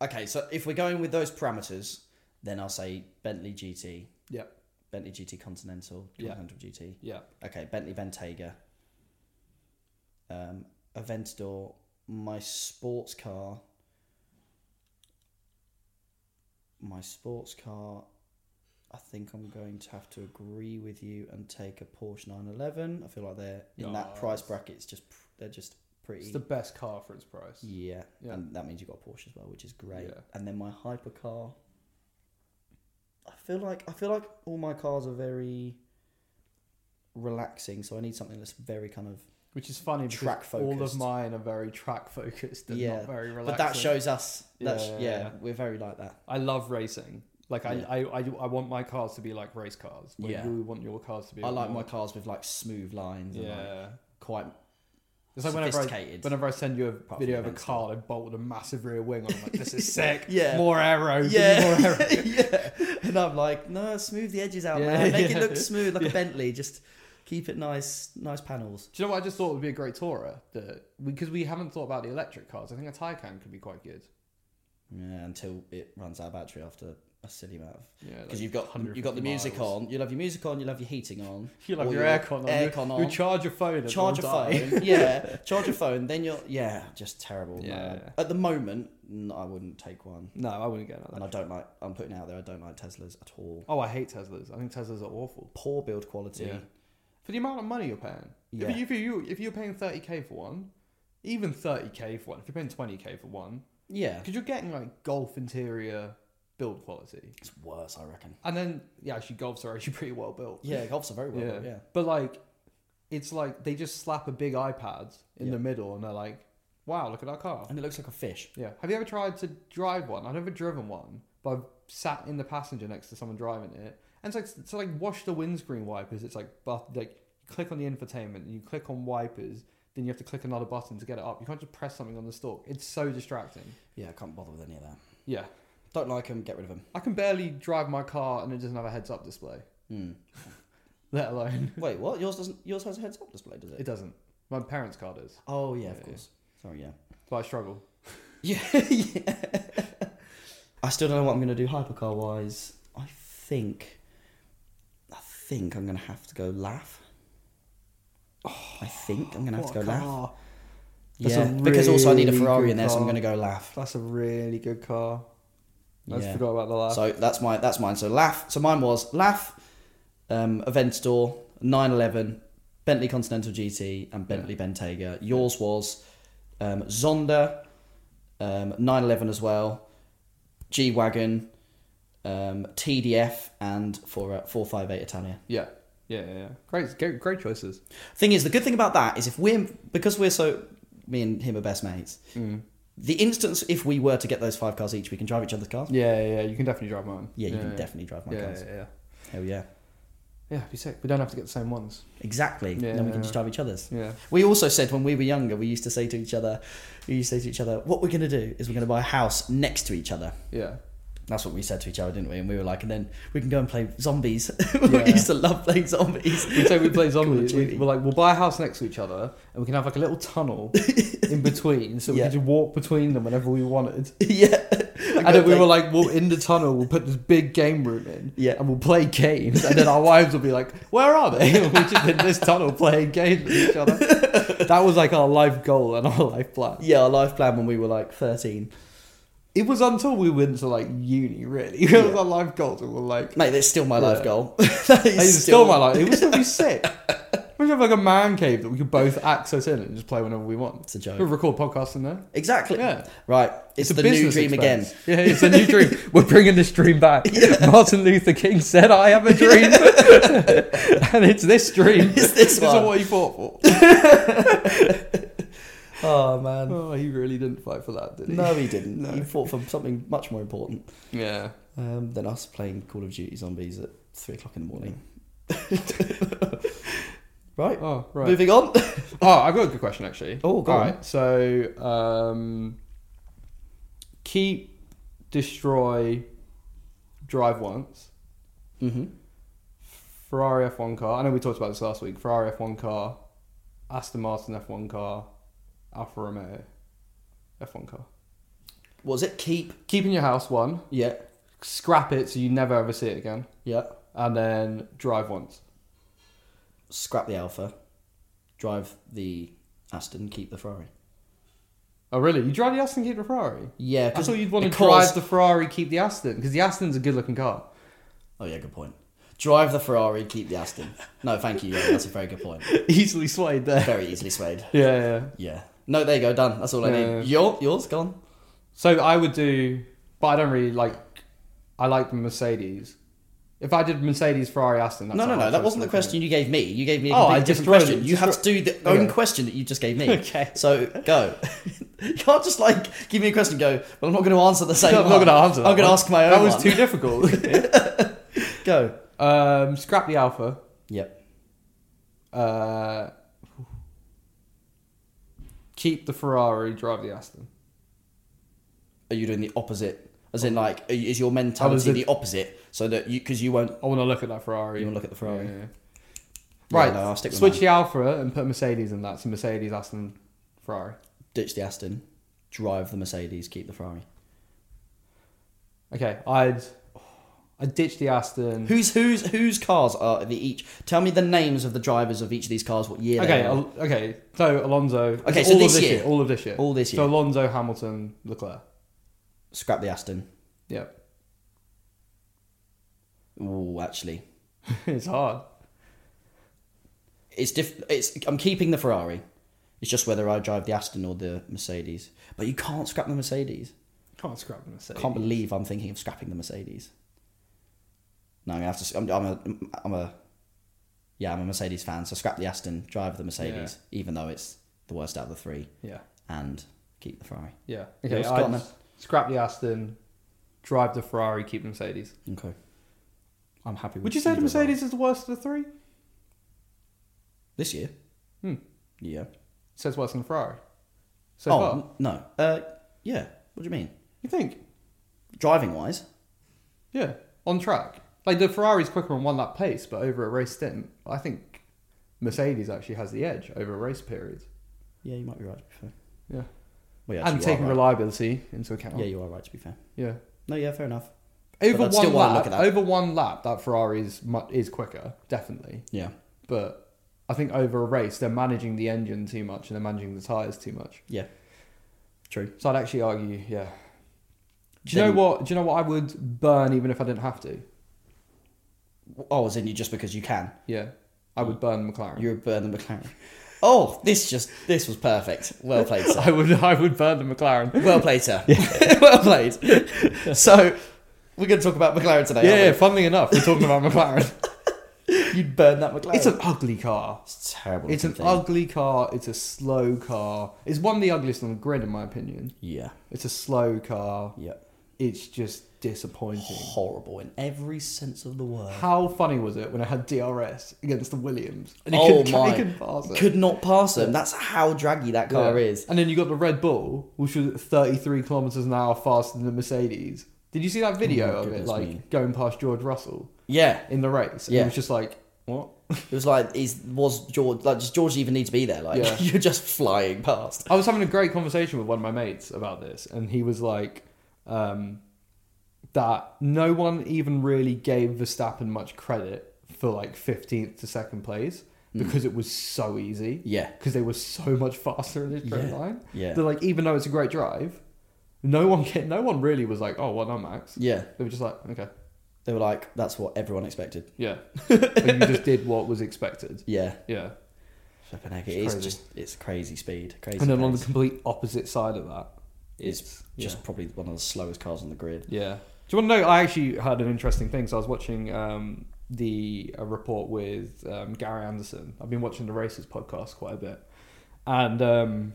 Speaker 1: okay, so if we're going with those parameters, then I'll say Bentley GT.
Speaker 2: Yep.
Speaker 1: Bentley GT Continental,
Speaker 2: Yeah.
Speaker 1: Continental GT.
Speaker 2: Yeah.
Speaker 1: Okay, Bentley Bentayga. Um, Aventador, my sports car. My sports car. I think I'm going to have to agree with you and take a Porsche 911. I feel like they're in that price
Speaker 2: Nice.
Speaker 1: bracket. It's just pr- they're just
Speaker 2: It's
Speaker 1: pretty.
Speaker 2: the best car for its price.
Speaker 1: yeah.
Speaker 2: Yeah.
Speaker 1: and that means you got a Porsche as well, which is great.
Speaker 2: Yeah.
Speaker 1: And then my hypercar. I feel like I feel like all my cars are very relaxing, so I need something that's very kind of
Speaker 2: Which is funny because
Speaker 1: Track
Speaker 2: all of
Speaker 1: focused.
Speaker 2: mine are very track focused and
Speaker 1: Yeah.
Speaker 2: not very relaxing.
Speaker 1: But that shows us. That's,
Speaker 2: Yeah,
Speaker 1: yeah,
Speaker 2: yeah, yeah.
Speaker 1: we're very like that.
Speaker 2: I love racing. Like I,
Speaker 1: Yeah.
Speaker 2: I, I, I want my cars to be like race cars. Where
Speaker 1: Yeah.
Speaker 2: You want your cars to be.
Speaker 1: I like my
Speaker 2: more-
Speaker 1: cars with like smooth lines and like
Speaker 2: Yeah.
Speaker 1: quite
Speaker 2: It's like whenever I,
Speaker 1: sophisticated.
Speaker 2: whenever I send you a
Speaker 1: Apart
Speaker 2: video
Speaker 1: from
Speaker 2: of a
Speaker 1: events,
Speaker 2: car, I bolted a massive rear wing on. I'm like, this
Speaker 1: [laughs]
Speaker 2: is sick.
Speaker 1: Yeah.
Speaker 2: More aero. give me
Speaker 1: yeah, [laughs]
Speaker 2: More aero.
Speaker 1: yeah. And I'm like, no, smooth the edges out,
Speaker 2: Yeah,
Speaker 1: man. Make
Speaker 2: yeah.
Speaker 1: it look smooth like
Speaker 2: Yeah.
Speaker 1: a Bentley. Just keep it nice, nice panels.
Speaker 2: Do you know what I just thought would be a great Torah? That because we haven't thought about the electric cars. I think a Taycan could be quite good.
Speaker 1: Yeah, until it runs out of battery after a silly amount of
Speaker 2: Yeah,
Speaker 1: because you've got you've got the music on. You'll have your music on. You'll have your heating on.
Speaker 2: [laughs] [laughs] You have
Speaker 1: or
Speaker 2: your aircon on. [laughs]
Speaker 1: Aircon
Speaker 2: You
Speaker 1: on.
Speaker 2: charge your phone. and
Speaker 1: charge your
Speaker 2: it'll die. [laughs]
Speaker 1: phone. [laughs] yeah, charge your phone. Then you're yeah, just terrible. no.
Speaker 2: Yeah.
Speaker 1: At the moment, no, I wouldn't take one,
Speaker 2: No, I wouldn't get that.
Speaker 1: and I don't like. I'm putting it out there. I don't like Teslas at all.
Speaker 2: Oh, I hate Teslas. I think Teslas are awful
Speaker 1: Poor build quality.
Speaker 2: Yeah. for the amount of money you're paying.
Speaker 1: Yeah.
Speaker 2: If, you, if you if you're paying thirty k for one, even thirty k for one. If you're paying twenty k for one,
Speaker 1: Yeah.
Speaker 2: because you're getting like golf interior, build quality.
Speaker 1: It's worse, I reckon.
Speaker 2: And then, yeah, actually, Golfs are [laughs] actually pretty well built.
Speaker 1: Yeah, golfs are very well.
Speaker 2: Yeah.
Speaker 1: built, yeah.
Speaker 2: But like, it's like they just slap a big iPad in
Speaker 1: Yeah.
Speaker 2: the middle and they're like, wow, look at our car.
Speaker 1: And it looks like a fish.
Speaker 2: Yeah. Have you ever tried to drive one? I've never driven one, but I've sat in the passenger next to someone driving it. And it's like to like wash the windscreen wipers. It's like but like click on the infotainment and you click on wipers. Then you have to click another button to get it up. You can't just press something on the stalk. It's so distracting.
Speaker 1: Yeah, I can't bother with any of that.
Speaker 2: Yeah.
Speaker 1: Don't like them, get rid of them.
Speaker 2: I can barely drive my car and it doesn't have a heads up display,
Speaker 1: Hmm.
Speaker 2: let alone.
Speaker 1: Wait, what? Yours doesn't. Yours has a heads-up display, does it?
Speaker 2: It doesn't. My parents' car does,
Speaker 1: oh yeah, of
Speaker 2: Yeah.
Speaker 1: course. Sorry, yeah.
Speaker 2: but I struggle.
Speaker 1: [laughs] Yeah, yeah. I still don't know what I'm going to do hypercar wise. I think, I think I'm going to have to go laugh. I think I'm going to have to go
Speaker 2: Oh, What a
Speaker 1: laugh.
Speaker 2: car. That's
Speaker 1: Yeah,
Speaker 2: a
Speaker 1: because also I need a
Speaker 2: really
Speaker 1: Ferrari
Speaker 2: good
Speaker 1: in there, so I'm
Speaker 2: car.
Speaker 1: going to go laugh.
Speaker 2: That's a really good car. I just
Speaker 1: Yeah.
Speaker 2: forgot about the last.
Speaker 1: So that's my that's mine. So laugh. So mine was laugh, um, Aventador, 911, Bentley Continental GT, and Bentley Bentayga. Yours was um, Zonda, um, 911 as well, G wagon, um, TDF, and four uh, four five eight Italia.
Speaker 2: Yeah. Yeah, yeah, yeah. Great, great, great choices.
Speaker 1: Thing is, the good thing about that is if we're because we're so me and him are best mates.
Speaker 2: Mm.
Speaker 1: The instance if we were to get those five cars each, we can drive each other's cars.
Speaker 2: Yeah, yeah, yeah, you can definitely drive mine.
Speaker 1: Yeah, you can definitely drive my
Speaker 2: yeah,
Speaker 1: cars.
Speaker 2: Yeah, yeah,
Speaker 1: Hell yeah.
Speaker 2: yeah. It'd be sick. We don't have to get the same ones.
Speaker 1: Exactly.
Speaker 2: Yeah.
Speaker 1: Then we can just drive each other's.
Speaker 2: Yeah.
Speaker 1: We also said when we were younger, we used to say to each other, we used to say to each other, what we're going to do is we're going to buy a house next to each other.
Speaker 2: Yeah.
Speaker 1: That's what we said to each other, didn't we? And we were like, and then we can go and play zombies. [laughs] we
Speaker 2: Yeah.
Speaker 1: used to love playing zombies.
Speaker 2: We say we play
Speaker 1: Call of
Speaker 2: zombies. we-
Speaker 1: Duty.
Speaker 2: We're like, we'll buy a house next to each other, and we can have like a
Speaker 1: [laughs]
Speaker 2: little tunnel in between, so we
Speaker 1: Yeah.
Speaker 2: can just walk between them whenever we wanted.
Speaker 1: [laughs] yeah.
Speaker 2: And then we were like, well, in the tunnel, we'll put this big game room in,
Speaker 1: Yeah.
Speaker 2: and we'll play games. And then our wives will be like, where are they? [laughs] And we're just in this tunnel playing games with each
Speaker 1: [laughs]
Speaker 2: other. That was like our life goal and our life plan.
Speaker 1: yeah, our life plan when we were like 13.
Speaker 2: It was until we went to like uni, really. [laughs] It was
Speaker 1: Yeah.
Speaker 2: our life goals, and we're like,
Speaker 1: Mate, that's still my life
Speaker 2: Yeah.
Speaker 1: goal. [laughs] that is
Speaker 2: it's still my life. It would
Speaker 1: [laughs]
Speaker 2: still be sick. We should have like a man cave that we could both access in and just play whenever we want.
Speaker 1: It's a joke.
Speaker 2: We'll record podcasts in there.
Speaker 1: Exactly.
Speaker 2: Yeah.
Speaker 1: Right. It's, the new
Speaker 2: business
Speaker 1: dream
Speaker 2: expense.
Speaker 1: again.
Speaker 2: Yeah, it's a new dream. We're bringing this dream back.
Speaker 1: [laughs]
Speaker 2: Martin Luther King said, I have a dream. [laughs] and it's this dream.
Speaker 1: It's this
Speaker 2: is
Speaker 1: one.
Speaker 2: what he fought for.
Speaker 1: [laughs] [laughs] Oh,
Speaker 2: [laughs]
Speaker 1: man.
Speaker 2: Oh, he really didn't fight for that, did he?
Speaker 1: No, he didn't.
Speaker 2: No.
Speaker 1: He fought for something much more important.
Speaker 2: Yeah.
Speaker 1: Um, than us playing Call of Duty zombies at three o'clock in the morning. right,
Speaker 2: Oh, right.
Speaker 1: moving on. [laughs]
Speaker 2: Oh, I've got a good question, actually.
Speaker 1: Oh, go
Speaker 2: All
Speaker 1: on.
Speaker 2: right. So, um, keep, destroy, drive once.
Speaker 1: Mm-hmm.
Speaker 2: Ferrari F1 car. I know we talked about this last week. Ferrari F1 car, Aston Martin F1 car, Alfa Romeo F1 car.
Speaker 1: Was it keep?
Speaker 2: Keep in your house one,
Speaker 1: Yeah,
Speaker 2: scrap it so you never ever see it again,
Speaker 1: yeah.
Speaker 2: and then drive once.
Speaker 1: Scrap the Alpha, drive the Aston, keep the Ferrari.
Speaker 2: Oh, really? You drive the Aston, keep the Ferrari?
Speaker 1: Yeah,
Speaker 2: I
Speaker 1: 'cause-
Speaker 2: thought you'd want to
Speaker 1: because-
Speaker 2: drive the Ferrari, keep the Aston, because the Aston's a good
Speaker 1: [laughs]
Speaker 2: looking car.
Speaker 1: Oh yeah, good point. Drive the Ferrari, keep the Aston. No, thank you. Yeah, that's a very good point.
Speaker 2: Easily swayed there.
Speaker 1: Very easily swayed.
Speaker 2: [laughs] Yeah, yeah.
Speaker 1: Yeah. No, there you go. Done. That's all I
Speaker 2: Yeah.
Speaker 1: need. Your yours gone.
Speaker 2: So I would do, but I don't really like. I like the Mercedes. If I did Mercedes, Ferrari, Aston. That's
Speaker 1: No,
Speaker 2: a
Speaker 1: no, no.
Speaker 2: hard
Speaker 1: That
Speaker 2: choice
Speaker 1: wasn't
Speaker 2: to
Speaker 1: the
Speaker 2: make for me.
Speaker 1: question you gave me. You gave me a
Speaker 2: Oh,
Speaker 1: completely
Speaker 2: I just
Speaker 1: different
Speaker 2: throw-
Speaker 1: question. You have to do the own
Speaker 2: Okay.
Speaker 1: question that you just gave me.
Speaker 2: Okay.
Speaker 1: So
Speaker 2: [laughs]
Speaker 1: go. [laughs] you can't just like give me a question and go, well, I'm not going to answer the same
Speaker 2: [laughs] I'm not
Speaker 1: one.
Speaker 2: going to answer that.
Speaker 1: I'm going to
Speaker 2: one.
Speaker 1: ask my own
Speaker 2: That was
Speaker 1: one.
Speaker 2: too difficult.
Speaker 1: [laughs] Go.
Speaker 2: um, scrap the alpha.
Speaker 1: Yep.
Speaker 2: Uh, keep the Ferrari. Drive the Aston.
Speaker 1: Are you doing the opposite? As in, like, are you- is your mentality
Speaker 2: in-
Speaker 1: the opposite? So that you, because you won't,
Speaker 2: I want to look at that Ferrari.
Speaker 1: you want to look at the Ferrari.
Speaker 2: Yeah, yeah.
Speaker 1: Yeah,
Speaker 2: Right.
Speaker 1: no, I'll stick with
Speaker 2: Switch
Speaker 1: mine.
Speaker 2: the alpha and put Mercedes in that. So Mercedes, Aston, Ferrari.
Speaker 1: Ditch the Aston, drive the Mercedes, keep the Ferrari.
Speaker 2: Okay, I'd. I ditch the Aston.
Speaker 1: Whose whose whose cars are the each? Tell me the names of the drivers of each of these cars. What year?
Speaker 2: okay,
Speaker 1: They are.
Speaker 2: Al- okay. So Alonso.
Speaker 1: Okay,
Speaker 2: it's
Speaker 1: so
Speaker 2: all
Speaker 1: this
Speaker 2: of this
Speaker 1: year.
Speaker 2: year. all of this year,
Speaker 1: All this year.
Speaker 2: So Alonso, Hamilton, Leclerc.
Speaker 1: Scrap the Aston.
Speaker 2: Yep, [laughs]
Speaker 1: Ooh, actually,
Speaker 2: it's hard.
Speaker 1: It's diff. It's I'm keeping the Ferrari. It's just whether I drive the Aston or the Mercedes. But you can't scrap the Mercedes.
Speaker 2: Can't scrap them.
Speaker 1: I can't believe I'm thinking of scrapping the Mercedes. No, I'm gonna have to. I'm, I'm a. I'm a. Yeah, I'm a Mercedes fan, so scrap the Aston, drive the Mercedes, even though it's the worst out of the three,
Speaker 2: Yeah.
Speaker 1: and keep the Ferrari.
Speaker 2: Yeah.
Speaker 1: Yeah,
Speaker 2: Okay.
Speaker 1: it's
Speaker 2: I'd
Speaker 1: gotten a-
Speaker 2: scrap the Aston, drive the Ferrari, keep the Mercedes.
Speaker 1: Okay. I'm happy. With
Speaker 2: Would you say the
Speaker 1: either of those.
Speaker 2: Mercedes is the worst of the three? It
Speaker 1: this year?
Speaker 2: Hmm.
Speaker 1: Yeah.
Speaker 2: says worse than the Ferrari. So
Speaker 1: oh
Speaker 2: far,
Speaker 1: n- no. Uh, yeah. What do you mean?
Speaker 2: you think?
Speaker 1: Driving wise,
Speaker 2: Yeah, on track. Like the Ferrari's quicker on one lap pace, but over a race stint, I think Mercedes actually has the edge over a race period.
Speaker 1: yeah, you might be right. To be fair.
Speaker 2: Yeah,
Speaker 1: Well, yeah,
Speaker 2: and
Speaker 1: actually, you are
Speaker 2: taking
Speaker 1: right.
Speaker 2: reliability into account.
Speaker 1: Yeah, you are right. To be fair.
Speaker 2: yeah.
Speaker 1: No, yeah, fair enough.
Speaker 2: Over
Speaker 1: I'd still
Speaker 2: one
Speaker 1: wanna
Speaker 2: lap,
Speaker 1: look at that.
Speaker 2: over one lap, that Ferrari's mu- is quicker, definitely.
Speaker 1: Yeah.
Speaker 2: But I think over a race, they're managing the engine too much and they're managing the tires too much.
Speaker 1: Yeah. True.
Speaker 2: So I'd actually argue, yeah. Do you
Speaker 1: Then-
Speaker 2: know what? Do you know what I would burn even if I didn't have to?
Speaker 1: Oh, as in you just because you can.
Speaker 2: Yeah, I would burn McLaren.
Speaker 1: You're a Burnham McLaren. Oh, this just this was perfect. Well played, sir.
Speaker 2: [laughs] I would, I would burn the McLaren.
Speaker 1: Well played, sir. [laughs] well played. So we're going to talk about McLaren today.
Speaker 2: Yeah, yeah,
Speaker 1: aren't
Speaker 2: funnily enough, we're talking about McLaren.
Speaker 1: we? you'd burn that McLaren.
Speaker 2: [laughs] It's an ugly car.
Speaker 1: It's terrible.
Speaker 2: It's an
Speaker 1: looking thing.
Speaker 2: ugly car. It's a slow car. It's one of the ugliest on the grid, in my opinion.
Speaker 1: yeah,
Speaker 2: It's a slow car.
Speaker 1: yeah,
Speaker 2: It's just disappointing.
Speaker 1: horrible in every sense of the word.
Speaker 2: How funny was it when I had DRS against the Williams and [laughs] he
Speaker 1: oh
Speaker 2: couldn't,
Speaker 1: my!
Speaker 2: he couldn't pass it?
Speaker 1: Could not pass them. That's how draggy that car
Speaker 2: Yeah.
Speaker 1: is.
Speaker 2: And then you got the Red Bull, which was at 33 kilometers an hour faster than the Mercedes. Did you see that video
Speaker 1: Oh,
Speaker 2: of it,
Speaker 1: goodness
Speaker 2: like
Speaker 1: me.
Speaker 2: going past George Russell
Speaker 1: Yeah,
Speaker 2: in the race? And
Speaker 1: Yeah.
Speaker 2: It was just like, what?
Speaker 1: it was like is was George like does George even need to be there? Like
Speaker 2: Yeah.
Speaker 1: [laughs] you're just flying past.
Speaker 2: I was having a great conversation with one of my mates about this, and he was like, um, that no one even really gave Verstappen much credit for like 15th to second place
Speaker 1: Hmm.
Speaker 2: because it was so easy.
Speaker 1: Yeah,
Speaker 2: Because they were so much faster in this straight
Speaker 1: Yeah.
Speaker 2: line.
Speaker 1: Yeah.
Speaker 2: They're like, even though it's a great drive, no one can, no one really was like, oh, well done, Max.
Speaker 1: yeah.
Speaker 2: They were just like, okay,
Speaker 1: They were like, that's what everyone expected.
Speaker 2: yeah. [laughs] and you just did what was expected.
Speaker 1: Yeah,
Speaker 2: Yeah.
Speaker 1: flipping heck,
Speaker 2: It's
Speaker 1: it is
Speaker 2: crazy.
Speaker 1: just it's crazy speed, crazy.
Speaker 2: And then on the
Speaker 1: pace.
Speaker 2: complete opposite side of that,
Speaker 1: It's
Speaker 2: yeah.
Speaker 1: just probably one of the slowest cars on the grid.
Speaker 2: Yeah. Do you want to know? I actually heard an interesting thing. So I was watching um, the a report with um, Gary Anderson. I've been watching the races podcast quite a bit, and um,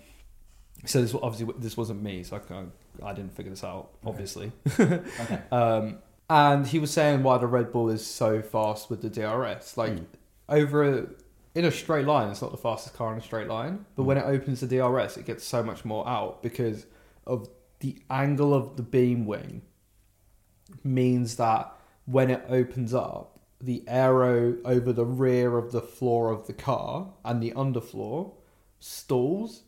Speaker 2: so this obviously this wasn't me, so I can't, I didn't figure this out. Obviously,
Speaker 1: Okay.
Speaker 2: [laughs] um, and he was saying why the Red Bull is so fast with the DRS. Like over a, in a straight line, it's not the fastest car in a straight line, but when it opens the DRS, it gets so much more out because of the angle of the beam wing means that when it opens up, the aero over the rear of the floor of the car and the underfloor stalls,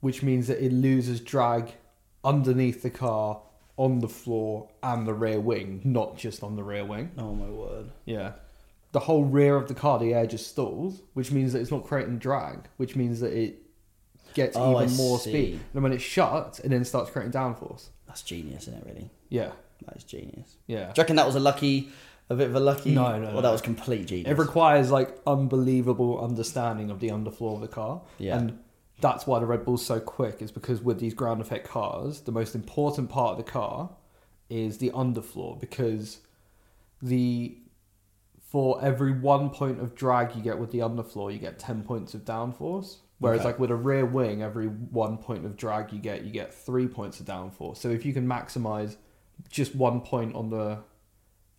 Speaker 2: which means that it loses drag underneath the car on the floor and the rear wing, not just on the rear wing.
Speaker 1: Oh my word.
Speaker 2: Yeah. The whole rear of the car, the air just stalls, which means that it's not creating drag, which means that it gets
Speaker 1: Oh,
Speaker 2: even
Speaker 1: I
Speaker 2: more
Speaker 1: see.
Speaker 2: speed. And when it shuts, it then starts creating downforce.
Speaker 1: That's genius, isn't it? Really,
Speaker 2: Yeah.
Speaker 1: that is genius.
Speaker 2: Yeah.
Speaker 1: Do you reckon that was a lucky, a bit of a lucky?
Speaker 2: No, no,
Speaker 1: Or
Speaker 2: no.
Speaker 1: that was complete genius.
Speaker 2: It requires like unbelievable understanding of the underfloor of the car.
Speaker 1: Yeah.
Speaker 2: And that's why the Red Bull's so quick, is because with these ground effect cars, the most important part of the car is the underfloor because the for every one point of drag you get with the underfloor, you get ten points of downforce. Whereas
Speaker 1: Okay.
Speaker 2: like with a rear wing, every one point of drag you get, you get three points of downforce. So if you can maximize just one point on the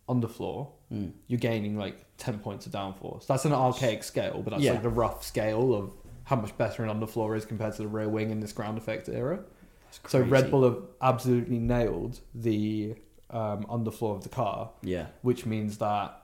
Speaker 2: underfloor,
Speaker 1: Mm.
Speaker 2: you're gaining like ten points of downforce. That's an archaic scale, but that's
Speaker 1: Yeah.
Speaker 2: like the rough scale of how much better an underfloor is compared to the rear wing in this ground effect era.
Speaker 1: That's
Speaker 2: So
Speaker 1: crazy.
Speaker 2: Red Bull have absolutely nailed the um, underfloor of the car,
Speaker 1: Yeah.
Speaker 2: which means that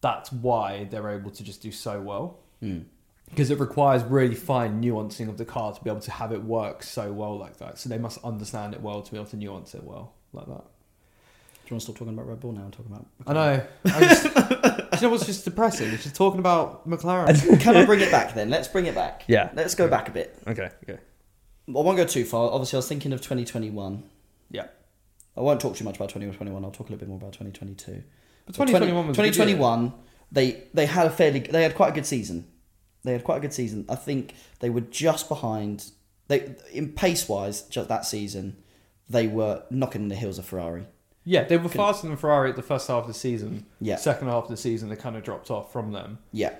Speaker 2: that's why they're able to just do so well
Speaker 1: Mm.
Speaker 2: because it requires really fine nuancing of the car to be able to have it work so well like that. So they must understand it well to be able to nuance it well like that.
Speaker 1: Do you want to stop talking about Red Bull now? and talk about. [laughs]
Speaker 2: I know. I just, do you know what's just depressing? It's just talking about
Speaker 1: [laughs]
Speaker 2: McLaren.
Speaker 1: Can I bring it back then? Let's bring it back.
Speaker 2: Yeah.
Speaker 1: Let's go back a bit.
Speaker 2: Okay. Okay.
Speaker 1: I won't go too far. Obviously, I was thinking of 2021.
Speaker 2: Yeah.
Speaker 1: I won't talk too much about 2021. I'll talk a little bit more about 2022.
Speaker 2: But
Speaker 1: But
Speaker 2: 2021 was a good year.
Speaker 1: 2021 they they had a fairly they had quite a good season. They had quite a good season. I think they were just behind they in pace wise just that season. they were knocking on the heels of Ferrari.
Speaker 2: Yeah, they were faster than Ferrari at the first half of the season.
Speaker 1: Yeah.
Speaker 2: Second half of the season, they kind of dropped off from them.
Speaker 1: Yeah,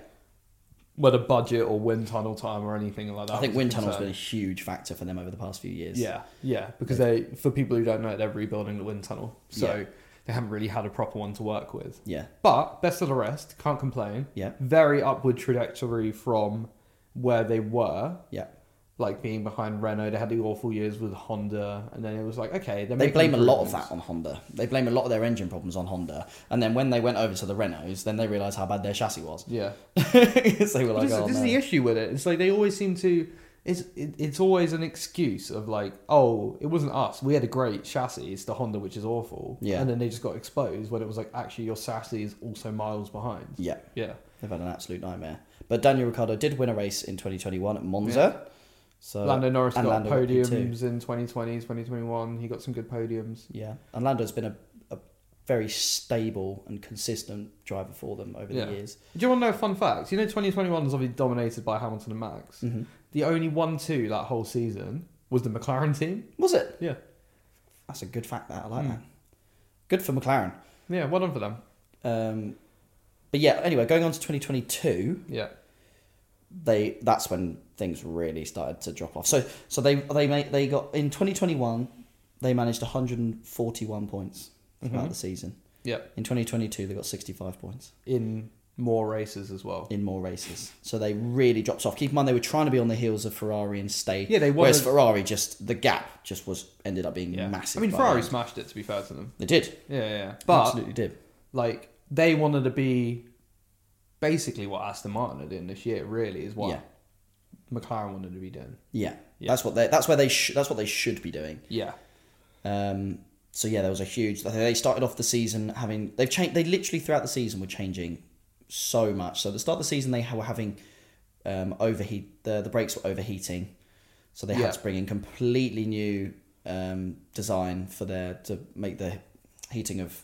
Speaker 2: Whether budget or wind tunnel time or anything like that.
Speaker 1: I think
Speaker 2: was a
Speaker 1: wind tunnel's been a
Speaker 2: concern.
Speaker 1: huge factor for them over the past few years.
Speaker 2: Yeah, yeah, because they, for people who don't know, they're rebuilding the wind tunnel, so
Speaker 1: Yeah.
Speaker 2: they haven't really had a proper one to work with.
Speaker 1: yeah,
Speaker 2: But best of the rest, can't complain.
Speaker 1: Yeah.
Speaker 2: Very upward trajectory from where they were,
Speaker 1: yeah.
Speaker 2: like being behind Renault. They had the awful years with Honda, and then it was like, okay, they're
Speaker 1: They
Speaker 2: making
Speaker 1: blame a lot of
Speaker 2: improvements.
Speaker 1: that on Honda. They blame a lot of their engine problems on Honda, and then when they went over to the Renaults, then they realised how bad their chassis was. [laughs]
Speaker 2: Yeah.
Speaker 1: 'Cause they were like,
Speaker 2: this, is-
Speaker 1: oh,
Speaker 2: this
Speaker 1: no.
Speaker 2: is the issue with it. It's like they always seem to. It's it, it's always an excuse of like, oh, it wasn't us. We had a great chassis. It's the Honda which is awful.
Speaker 1: Yeah.
Speaker 2: And then they just got exposed when it was like, actually, your chassis is also miles behind.
Speaker 1: yeah,
Speaker 2: Yeah.
Speaker 1: they've had an absolute nightmare. But Daniel Ricciardo did win a race in 2021 at Monza. So
Speaker 2: Lando Norris
Speaker 1: Uh, and
Speaker 2: got
Speaker 1: Lando got P2.
Speaker 2: podiums in 2020, 2021. He got some good podiums.
Speaker 1: Yeah, and Lando's been a, a very stable and consistent driver for them over
Speaker 2: Yeah.
Speaker 1: the years.
Speaker 2: Do you want to know a fun fact? You know, 2021 is obviously dominated by Hamilton and Max.
Speaker 1: Mm-hmm.
Speaker 2: The only one-two that whole season was the McLaren team.
Speaker 1: Was it?
Speaker 2: Yeah.
Speaker 1: That's a good fact. That I like
Speaker 2: Hmm.
Speaker 1: that. Good for McLaren.
Speaker 2: Yeah. Well done for them.
Speaker 1: Um, but yeah, anyway, going on to 2022,
Speaker 2: Yeah.
Speaker 1: they that's when things really started to drop off. So so they they made, they got in 2021 they managed 141 points throughout
Speaker 2: Mhm.
Speaker 1: the season.
Speaker 2: Yeah.
Speaker 1: In 2022 they got 65 points
Speaker 2: In more races as well.
Speaker 1: in more races. So they really dropped off. Keep in mind they were trying to be on the heels of Ferrari and stay.
Speaker 2: Yeah, they won
Speaker 1: Whereas
Speaker 2: the-
Speaker 1: Ferrari just the gap just was ended up being massive.
Speaker 2: I mean,
Speaker 1: by
Speaker 2: Ferrari
Speaker 1: then.
Speaker 2: smashed it. To be fair to them,
Speaker 1: They did.
Speaker 2: yeah, yeah. yeah. But
Speaker 1: absolutely did.
Speaker 2: like they wanted to be basically what Aston Martin are doing this year. Really, is what
Speaker 1: Yeah.
Speaker 2: McLaren wanted to be doing.
Speaker 1: Yeah.
Speaker 2: Yeah.
Speaker 1: That's what they that's where they sh- that's what they should be doing.
Speaker 2: Yeah,
Speaker 1: Um, so yeah, there was a huge. They started off the season having they've changed. They literally throughout the season were changing so much. So at the start of the season they were having um, overheat. The the brakes were overheating, so they
Speaker 2: Yeah.
Speaker 1: had to bring in completely new um, design for their to make the heating of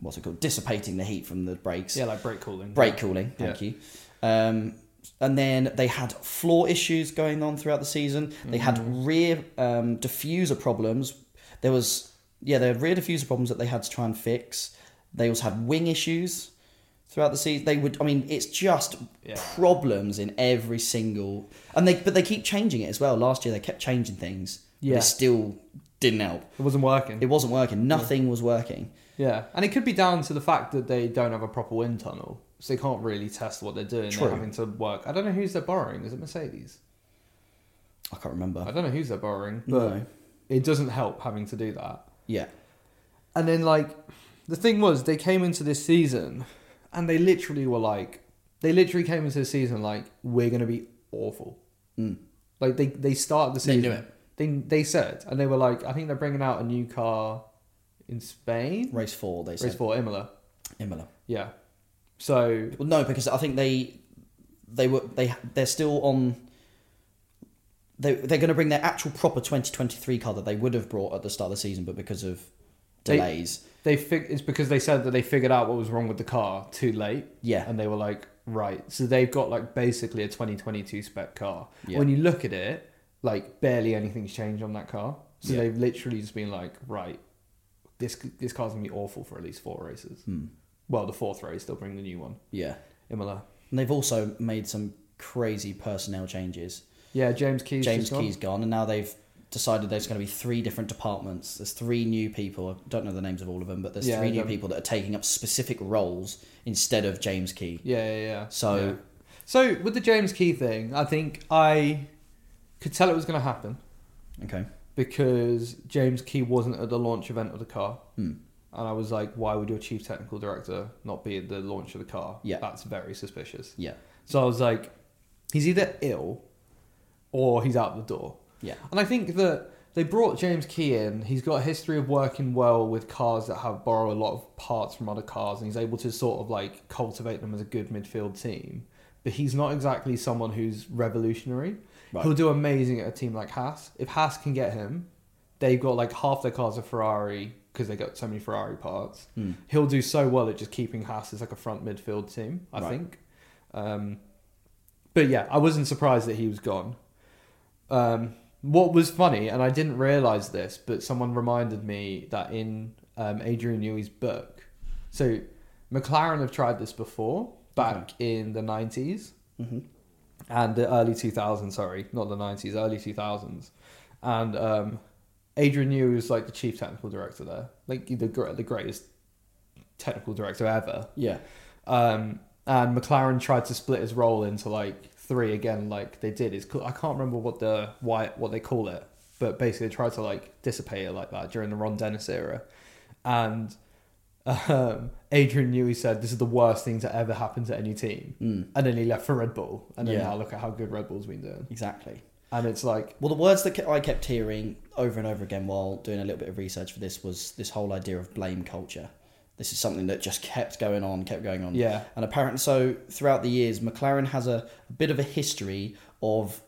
Speaker 1: what's it called dissipating the heat from the brakes.
Speaker 2: yeah, like brake cooling.
Speaker 1: Brake cooling, thank you. Um, and then they had floor issues going on throughout the season. They
Speaker 2: Mm.
Speaker 1: had rear um, diffuser problems. There was yeah, there were rear diffuser problems that they had to try and fix. They also had wing issues throughout the season. They would, I mean, it's just
Speaker 2: Yeah.
Speaker 1: problems in every single. And they but they keep changing it as well. Last year they kept changing things. Yeah,
Speaker 2: Yeah.
Speaker 1: it still didn't help.
Speaker 2: It wasn't working.
Speaker 1: It wasn't working. Nothing was working.
Speaker 2: yeah, and it could be down to the fact that they don't have a proper wind tunnel, so they can't really test what they're doing.
Speaker 1: True.
Speaker 2: They're having to work. I don't know who's they're borrowing. Is it Mercedes?
Speaker 1: I can't remember.
Speaker 2: I don't know who's they're borrowing, but
Speaker 1: No.
Speaker 2: it doesn't help having to do that.
Speaker 1: Yeah,
Speaker 2: And then like the thing was they came into this season and they literally were like they literally came into the season like we're gonna be awful.
Speaker 1: Mm.
Speaker 2: Like they they started the
Speaker 1: They
Speaker 2: season.
Speaker 1: knew it.
Speaker 2: They they said and they were like I think they're bringing out a new car in Spain.
Speaker 1: race four. They said
Speaker 2: Race for Imola.
Speaker 1: Imola.
Speaker 2: Yeah. So
Speaker 1: Well, no, because I think they they were they they're still on. They they're going to bring their actual proper 2023 car that they would have brought at the start of the season, but because of
Speaker 2: They-
Speaker 1: delays,
Speaker 2: they fig- it's because they said that they figured out what was wrong with the car too late.
Speaker 1: Yeah. um,
Speaker 2: And they were like, right. So they've got like basically a 2022 spec car.
Speaker 1: Yeah.
Speaker 2: When you look at it, like barely anything's changed on that car. So
Speaker 1: Yeah.
Speaker 2: they've literally just been like, right, this this car's gonna be awful for at least four races.
Speaker 1: Hmm.
Speaker 2: Well, the fourth race they'll bring the new one,
Speaker 1: yeah,
Speaker 2: Imola.
Speaker 1: and they've also made some crazy personnel changes.
Speaker 2: Yeah, James Key's
Speaker 1: James
Speaker 2: just gone.
Speaker 1: Key's gone, and now they've decided there's going to be three different departments. There's three new people. I don't know the names of all of them, but there's
Speaker 2: Yeah,
Speaker 1: three new
Speaker 2: them.
Speaker 1: people that are taking up specific roles instead of James Key.
Speaker 2: Yeah, yeah, yeah.
Speaker 1: So-
Speaker 2: Yeah. so with the James Key thing, I think I could tell it was gonna happen.
Speaker 1: Okay.
Speaker 2: because James Key wasn't at the launch event of the car.
Speaker 1: Hmm.
Speaker 2: And I was like, why would your chief technical director not be at the launch of the car?
Speaker 1: Yeah.
Speaker 2: That's very suspicious.
Speaker 1: Yeah.
Speaker 2: So I was like, he's either ill or he's out the door.
Speaker 1: Yeah.
Speaker 2: And I think that they brought James Key in. He's got a history of working well with cars that have borrow a lot of parts from other cars, and he's able to sort of like cultivate them as a good midfield team. But he's not exactly someone who's revolutionary.
Speaker 1: Right.
Speaker 2: He'll do amazing at a team like Haas. If Haas can get him, they've got like half their cars are Ferrari because they got so many Ferrari parts.
Speaker 1: Hmm.
Speaker 2: He'll do so well at just keeping Haas as like a front midfield team, I
Speaker 1: Right.
Speaker 2: think. Um, but yeah, I wasn't surprised that he was gone. Um, What was funny, and I didn't realize this, but someone reminded me that in um, Adrian Newey's book, so McLaren have tried this before back in the 90s
Speaker 1: Mhm.
Speaker 2: and the early 2000s, sorry, not the 90s, early 2000s. And um, Adrian Newey was like the chief technical director there, like the, gr- the greatest technical director ever.
Speaker 1: Yeah.
Speaker 2: Um, and McLaren tried to split his role into like three again, like they did. It's cool. I can't remember what the why what they call it, but basically they tried to like dissipate it like that during the Ron Dennis era. And um, Adrian Newey said this is the worst thing to ever happen to any team,
Speaker 1: Mm.
Speaker 2: and then he left for Red Bull. And then
Speaker 1: Yeah.
Speaker 2: now look at how good Red Bull's been doing.
Speaker 1: Exactly.
Speaker 2: And it's like,
Speaker 1: Well, the words that ke- I kept hearing over and over again while doing a little bit of research for this was this whole idea of blame culture. This is something that just kept going on, kept going on.
Speaker 2: yeah,
Speaker 1: And apparently, so throughout the years, McLaren has a, bit of a history of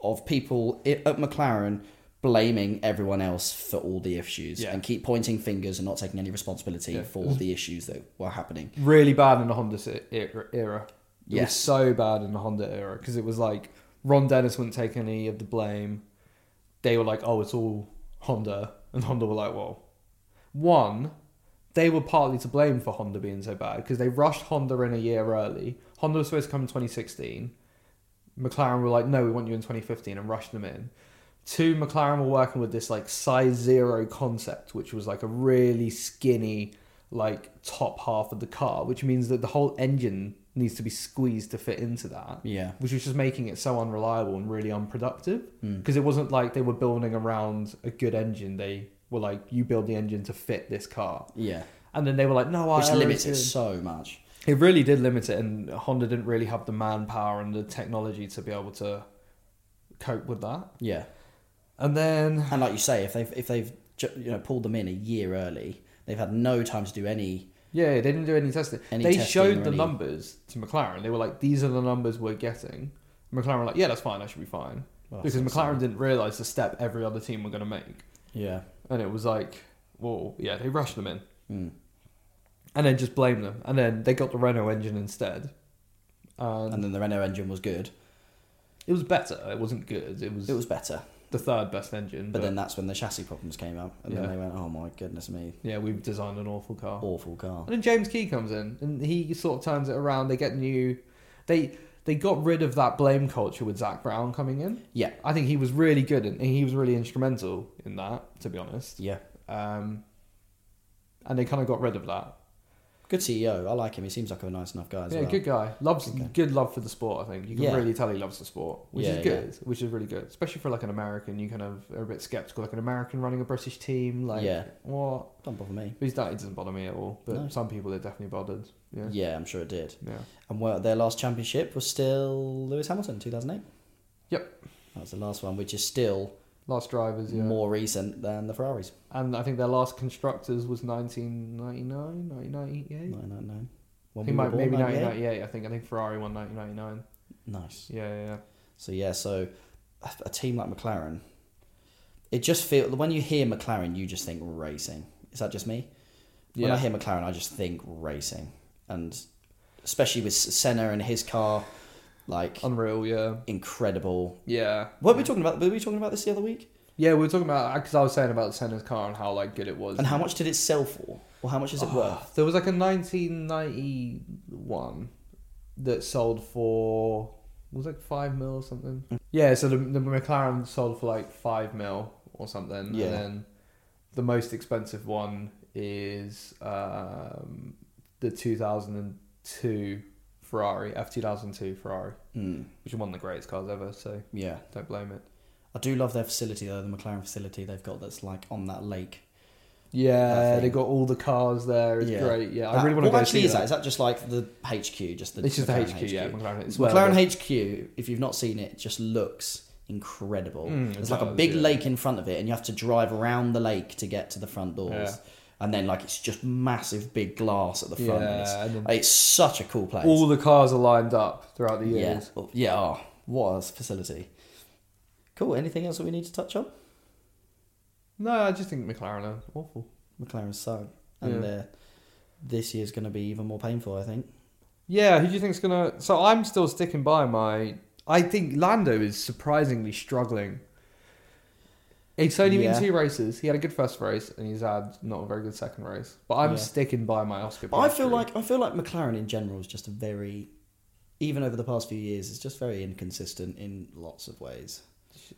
Speaker 1: of people i- at McLaren blaming everyone else for all the issues
Speaker 2: Yeah.
Speaker 1: and keep pointing fingers and not taking any responsibility
Speaker 2: Yeah.
Speaker 1: for the issues that were happening.
Speaker 2: really bad in the Honda se- era. era. It was
Speaker 1: Yes.
Speaker 2: so bad in the Honda era because it was like Ron Dennis wouldn't take any of the blame. They were like, "Oh, it's all Honda," and Honda were like, "Well, one, they were partly to blame for Honda being so bad because they rushed Honda in a year early. Honda was supposed to come in 2016. McLaren were like, "No, we want you in 2015," and rushed them in. Two, McLaren were working with this like size zero concept, which was like a really skinny, like top half of the car, which means that the whole engine needs to be squeezed to fit into that
Speaker 1: Yeah.
Speaker 2: which was just making it so unreliable and really unproductive
Speaker 1: Hmm.
Speaker 2: because it wasn't like they were building around a good engine they were like you build the engine to fit this car
Speaker 1: Yeah.
Speaker 2: and then they were like no I
Speaker 1: Which limits it
Speaker 2: it
Speaker 1: so much.
Speaker 2: it really did limit it and honda didn't really have the manpower and the technology to be able to cope with that
Speaker 1: Yeah.
Speaker 2: and then
Speaker 1: And like you say, if they've if they've ju- you know pulled them in a year early, they've had no time to do any.
Speaker 2: yeah they didn't do any testing
Speaker 1: Any
Speaker 2: they
Speaker 1: testing
Speaker 2: showed
Speaker 1: or
Speaker 2: the
Speaker 1: any-
Speaker 2: numbers to mclaren they were like these are the numbers we're getting mclaren were like yeah that's fine i should be fine
Speaker 1: Well,
Speaker 2: because
Speaker 1: Oh, that's
Speaker 2: mclaren didn't realize the step every other team were going to make
Speaker 1: Yeah.
Speaker 2: and it was like, well, yeah, they rushed them in
Speaker 1: Mm.
Speaker 2: and then just blamed them, and then they got the Renault engine instead. And,
Speaker 1: And then the Renault engine was good.
Speaker 2: it was better. It wasn't good. It was,
Speaker 1: It was better.
Speaker 2: the third best engine.
Speaker 1: But then that's when the chassis problems came up, and
Speaker 2: Yeah.
Speaker 1: then they went, "Oh my goodness me,
Speaker 2: yeah, we've designed an awful car.
Speaker 1: awful car."
Speaker 2: And then James Key comes in, and he sort of turns it around. They get new. They they got rid of that blame culture with Zach Brown coming in.
Speaker 1: Yeah.
Speaker 2: I think he was really good, and he was really instrumental in that. To be honest,
Speaker 1: Yeah,
Speaker 2: um, and they kind of got rid of that.
Speaker 1: good CEO. I like him. He seems like a nice enough guy as
Speaker 2: Yeah,
Speaker 1: well.
Speaker 2: good guy. Loves good, love for the sport. I think you can
Speaker 1: Yeah.
Speaker 2: really tell he loves the sport, which
Speaker 1: Yeah,
Speaker 2: is good, which is really good, especially for like an American. You kind of are a bit skeptical, like an American running a British team. Like,
Speaker 1: Yeah.
Speaker 2: what?
Speaker 1: Don't bother me.
Speaker 2: But he's not- it doesn't bother me at all. But
Speaker 1: No.
Speaker 2: some people are definitely bothered. Yeah,
Speaker 1: Yeah. I'm sure it did.
Speaker 2: yeah.
Speaker 1: And well, their last championship was still Lewis Hamilton, 2008.
Speaker 2: Yep.
Speaker 1: That was the last one, which is still
Speaker 2: Last drivers, yeah.
Speaker 1: more recent than the Ferraris.
Speaker 2: And I think their last constructors was 1999, 1998.
Speaker 1: 999.
Speaker 2: I
Speaker 1: When
Speaker 2: think
Speaker 1: we were
Speaker 2: might,
Speaker 1: born,
Speaker 2: maybe
Speaker 1: 98?
Speaker 2: 1998. I think I think Ferrari won 1999.
Speaker 1: Nice.
Speaker 2: Yeah, yeah, yeah.
Speaker 1: So yeah, so a, a team like McLaren, it just feels when you hear McLaren, you just think racing. Is that just me? When
Speaker 2: Yeah.
Speaker 1: I hear McLaren, I just think racing, and especially with Senna and his car, like
Speaker 2: Unreal, yeah,
Speaker 1: incredible.
Speaker 2: yeah.
Speaker 1: What were we talking about? Were we talking about this the other week?
Speaker 2: Yeah, we were talking about because I was saying about Senna's car and how like good it was,
Speaker 1: And how much did it sell for? Or how much is it
Speaker 2: Oh,
Speaker 1: worth?
Speaker 2: There was like a 1991 that sold for was like five mil or something. Yeah, so the, the McLaren sold for like five mil or something.
Speaker 1: Yeah.
Speaker 2: And then the most expensive one is um, the 2002 Ferrari F2002 Ferrari,
Speaker 1: Mm,
Speaker 2: which is one of the greatest cars ever. So
Speaker 1: yeah,
Speaker 2: don't blame it.
Speaker 1: I do love their facility though. The McLaren facility they've got that's like on that lake. I
Speaker 2: Yeah,
Speaker 1: think-
Speaker 2: they got all the cars there. It's
Speaker 1: Yeah.
Speaker 2: great. Yeah, I
Speaker 1: That-
Speaker 2: really want to
Speaker 1: what
Speaker 2: go
Speaker 1: actually
Speaker 2: see
Speaker 1: is that?
Speaker 2: that.
Speaker 1: Is that just like the HQ? Just the
Speaker 2: It's just the
Speaker 1: McLaren
Speaker 2: HQ, yeah, McLaren. It's well
Speaker 1: McLaren HQ, if you've not seen it, just looks incredible.
Speaker 2: Mm, it
Speaker 1: There's like a
Speaker 2: does,
Speaker 1: big
Speaker 2: yeah.
Speaker 1: lake in front of it, and you have to drive around the lake to get to the front doors.
Speaker 2: Yeah.
Speaker 1: And then like it's just massive big glass at the front. and it's,
Speaker 2: Yeah, and then
Speaker 1: it's such a cool place.
Speaker 2: all the cars are lined up throughout the
Speaker 1: yeah,
Speaker 2: years.
Speaker 1: Oh, yeah. Oh, what a facility. Cool. Anything else that we need to touch on?
Speaker 2: No, I just think McLaren are awful.
Speaker 1: McLaren suck, and
Speaker 2: Yeah.
Speaker 1: uh, this year's going to be even more painful. I think.
Speaker 2: Yeah, who do you think's gonna? So I'm still sticking by my. I think Lando is surprisingly struggling It's only
Speaker 1: Yeah.
Speaker 2: been two races. He had a good first race, and he's had not a very good second race. But I'm
Speaker 1: Yeah.
Speaker 2: sticking by my Oscar.
Speaker 1: But I feel
Speaker 2: Piastri.
Speaker 1: like I feel like McLaren in general is just a very, even over the past few years, is just very inconsistent in lots of ways.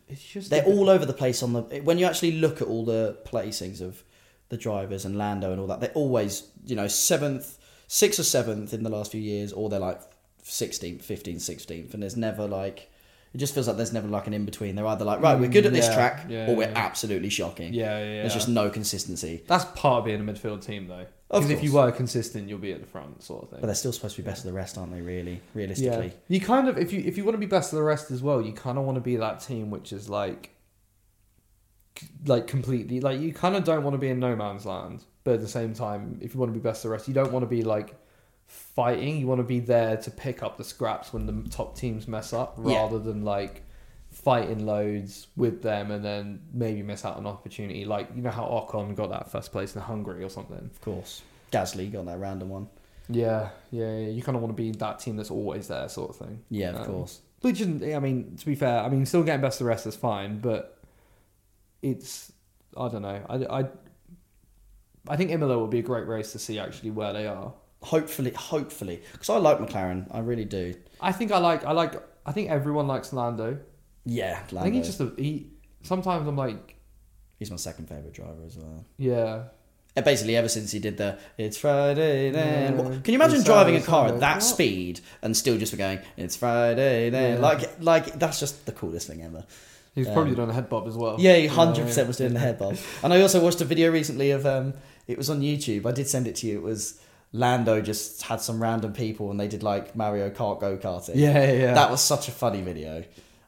Speaker 2: it's just
Speaker 1: They're all over the place on the when you actually look at all the placings of the drivers and Lando and all that. They're always you know seventh, sixth or seventh in the last few years, or they're like sixteenth, fifteenth, sixteenth, and there's never like. It just feels like there's never like an in between. They're either like, right, we're good at this
Speaker 2: Mm, Yeah,
Speaker 1: track,
Speaker 2: yeah,
Speaker 1: or we're
Speaker 2: yeah.
Speaker 1: absolutely shocking.
Speaker 2: yeah, yeah. yeah.
Speaker 1: There's just no consistency.
Speaker 2: that's part of being a midfield team though.
Speaker 1: Of
Speaker 2: Because if you
Speaker 1: course.
Speaker 2: were consistent, you'll be at the front sort of thing.
Speaker 1: But they're still supposed to be best of the rest, aren't they? Really, realistically.
Speaker 2: You kind of if you if you want to be best of the rest as well, you kind of want to be that team which is like c- like completely like you kind of don't want to be in no man's land, but at the same time, if you want to be best of the rest, you don't want to be like fighting. You want to be there to pick up the scraps when the top teams mess up
Speaker 1: Yeah.
Speaker 2: rather than like fighting loads with them and then maybe miss out on opportunity like you know how Ocon got that first place in Hungary or something.
Speaker 1: Of course. Gasly got that random one.
Speaker 2: Yeah, yeah, yeah. you kind of want to be that team that's always there sort of thing.
Speaker 1: Yeah, of
Speaker 2: Um,
Speaker 1: course.
Speaker 2: Which isn't, I mean, to be fair, I mean, still getting best of the rest is fine, but it's, I don't know. I, I, I think Imola would be a great race to see actually where they are.
Speaker 1: Hopefully, hopefully, because I like McLaren, I really do.
Speaker 2: I think I like, I like, I think everyone likes Lando.
Speaker 1: Yeah,
Speaker 2: I
Speaker 1: Lando.
Speaker 2: think he's just a, he, sometimes I'm like,
Speaker 1: he's my second favorite driver as well.
Speaker 2: yeah.
Speaker 1: And basically, ever since he did the "It's Friday then,"
Speaker 2: Yeah.
Speaker 1: can you imagine
Speaker 2: It's
Speaker 1: driving a
Speaker 2: Saturday,
Speaker 1: car at
Speaker 2: Sunday.
Speaker 1: that
Speaker 2: What?
Speaker 1: speed and still just going "It's Friday then"?
Speaker 2: Yeah.
Speaker 1: Like, like that's just the coolest thing ever.
Speaker 2: He's probably doing a head bob as well.
Speaker 1: Yeah, he hundred
Speaker 2: Oh, Yeah.
Speaker 1: percent was doing the head
Speaker 2: [laughs]
Speaker 1: bob. And I also watched a video recently of um, it was on YouTube. I did send it to you. It was Lando just had some random people and they did like Mario Kart go karting.
Speaker 2: Yeah, yeah, yeah.
Speaker 1: That was such a funny video.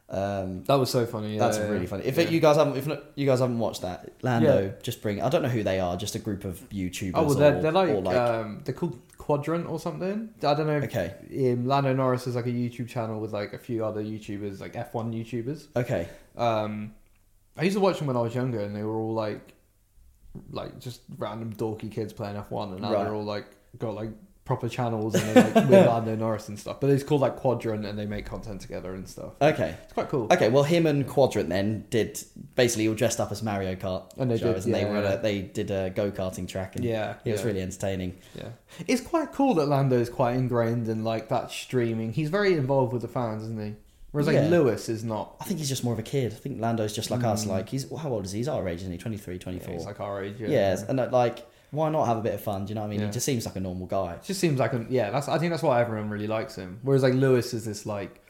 Speaker 1: Um,
Speaker 2: That was so funny. Yeah,
Speaker 1: that's
Speaker 2: yeah,
Speaker 1: really
Speaker 2: yeah.
Speaker 1: funny. If
Speaker 2: yeah.
Speaker 1: it, you guys haven't, if not, you guys haven't watched that, Lando, just bring. I don't know who they are. Just a group of YouTubers.
Speaker 2: Oh, well,
Speaker 1: or-
Speaker 2: they're, they're like,
Speaker 1: or
Speaker 2: um, they're called Quadrant or something. I don't know. If,
Speaker 1: Okay.
Speaker 2: Um, Lando Norris is like a YouTube channel with like a few other YouTubers, like F1 YouTubers.
Speaker 1: okay,
Speaker 2: Um, I used to watch them when I was younger, and they were all like, like just random dorky kids playing F1, and now
Speaker 1: Right.
Speaker 2: they're all like got like proper channels and they're like
Speaker 1: [laughs]
Speaker 2: with Lando Norris and stuff. But it's called like Quadrant, and they make content together and stuff.
Speaker 1: okay,
Speaker 2: It's quite cool.
Speaker 1: Uh, okay. Well, him and Quadrant then did basically all dressed up as Mario Kart
Speaker 2: And they did,
Speaker 1: drivers, and they
Speaker 2: yeah,
Speaker 1: were
Speaker 2: yeah.
Speaker 1: at a, they did a go karting track, and
Speaker 2: Yeah,
Speaker 1: it was
Speaker 2: yeah.
Speaker 1: really entertaining.
Speaker 2: Yeah, it's quite cool that Lando is quite ingrained in like that streaming. He's very involved with the fans, isn't he? Whereas like
Speaker 1: Yeah.
Speaker 2: Lewis is not.
Speaker 1: I think he's just more of a kid. I think Lando's just like us. Like he's how old is he? He's our age, isn't he? 23, 24.
Speaker 2: He's like our age. Hmm. Yeah.
Speaker 1: yes, and uh, like why not have a bit of fun? Do you know what I mean?
Speaker 2: Yeah.
Speaker 1: He just seems like a normal guy.
Speaker 2: It just seems like a yeah. That's I think that's why everyone really likes him. Whereas like Lewis is this like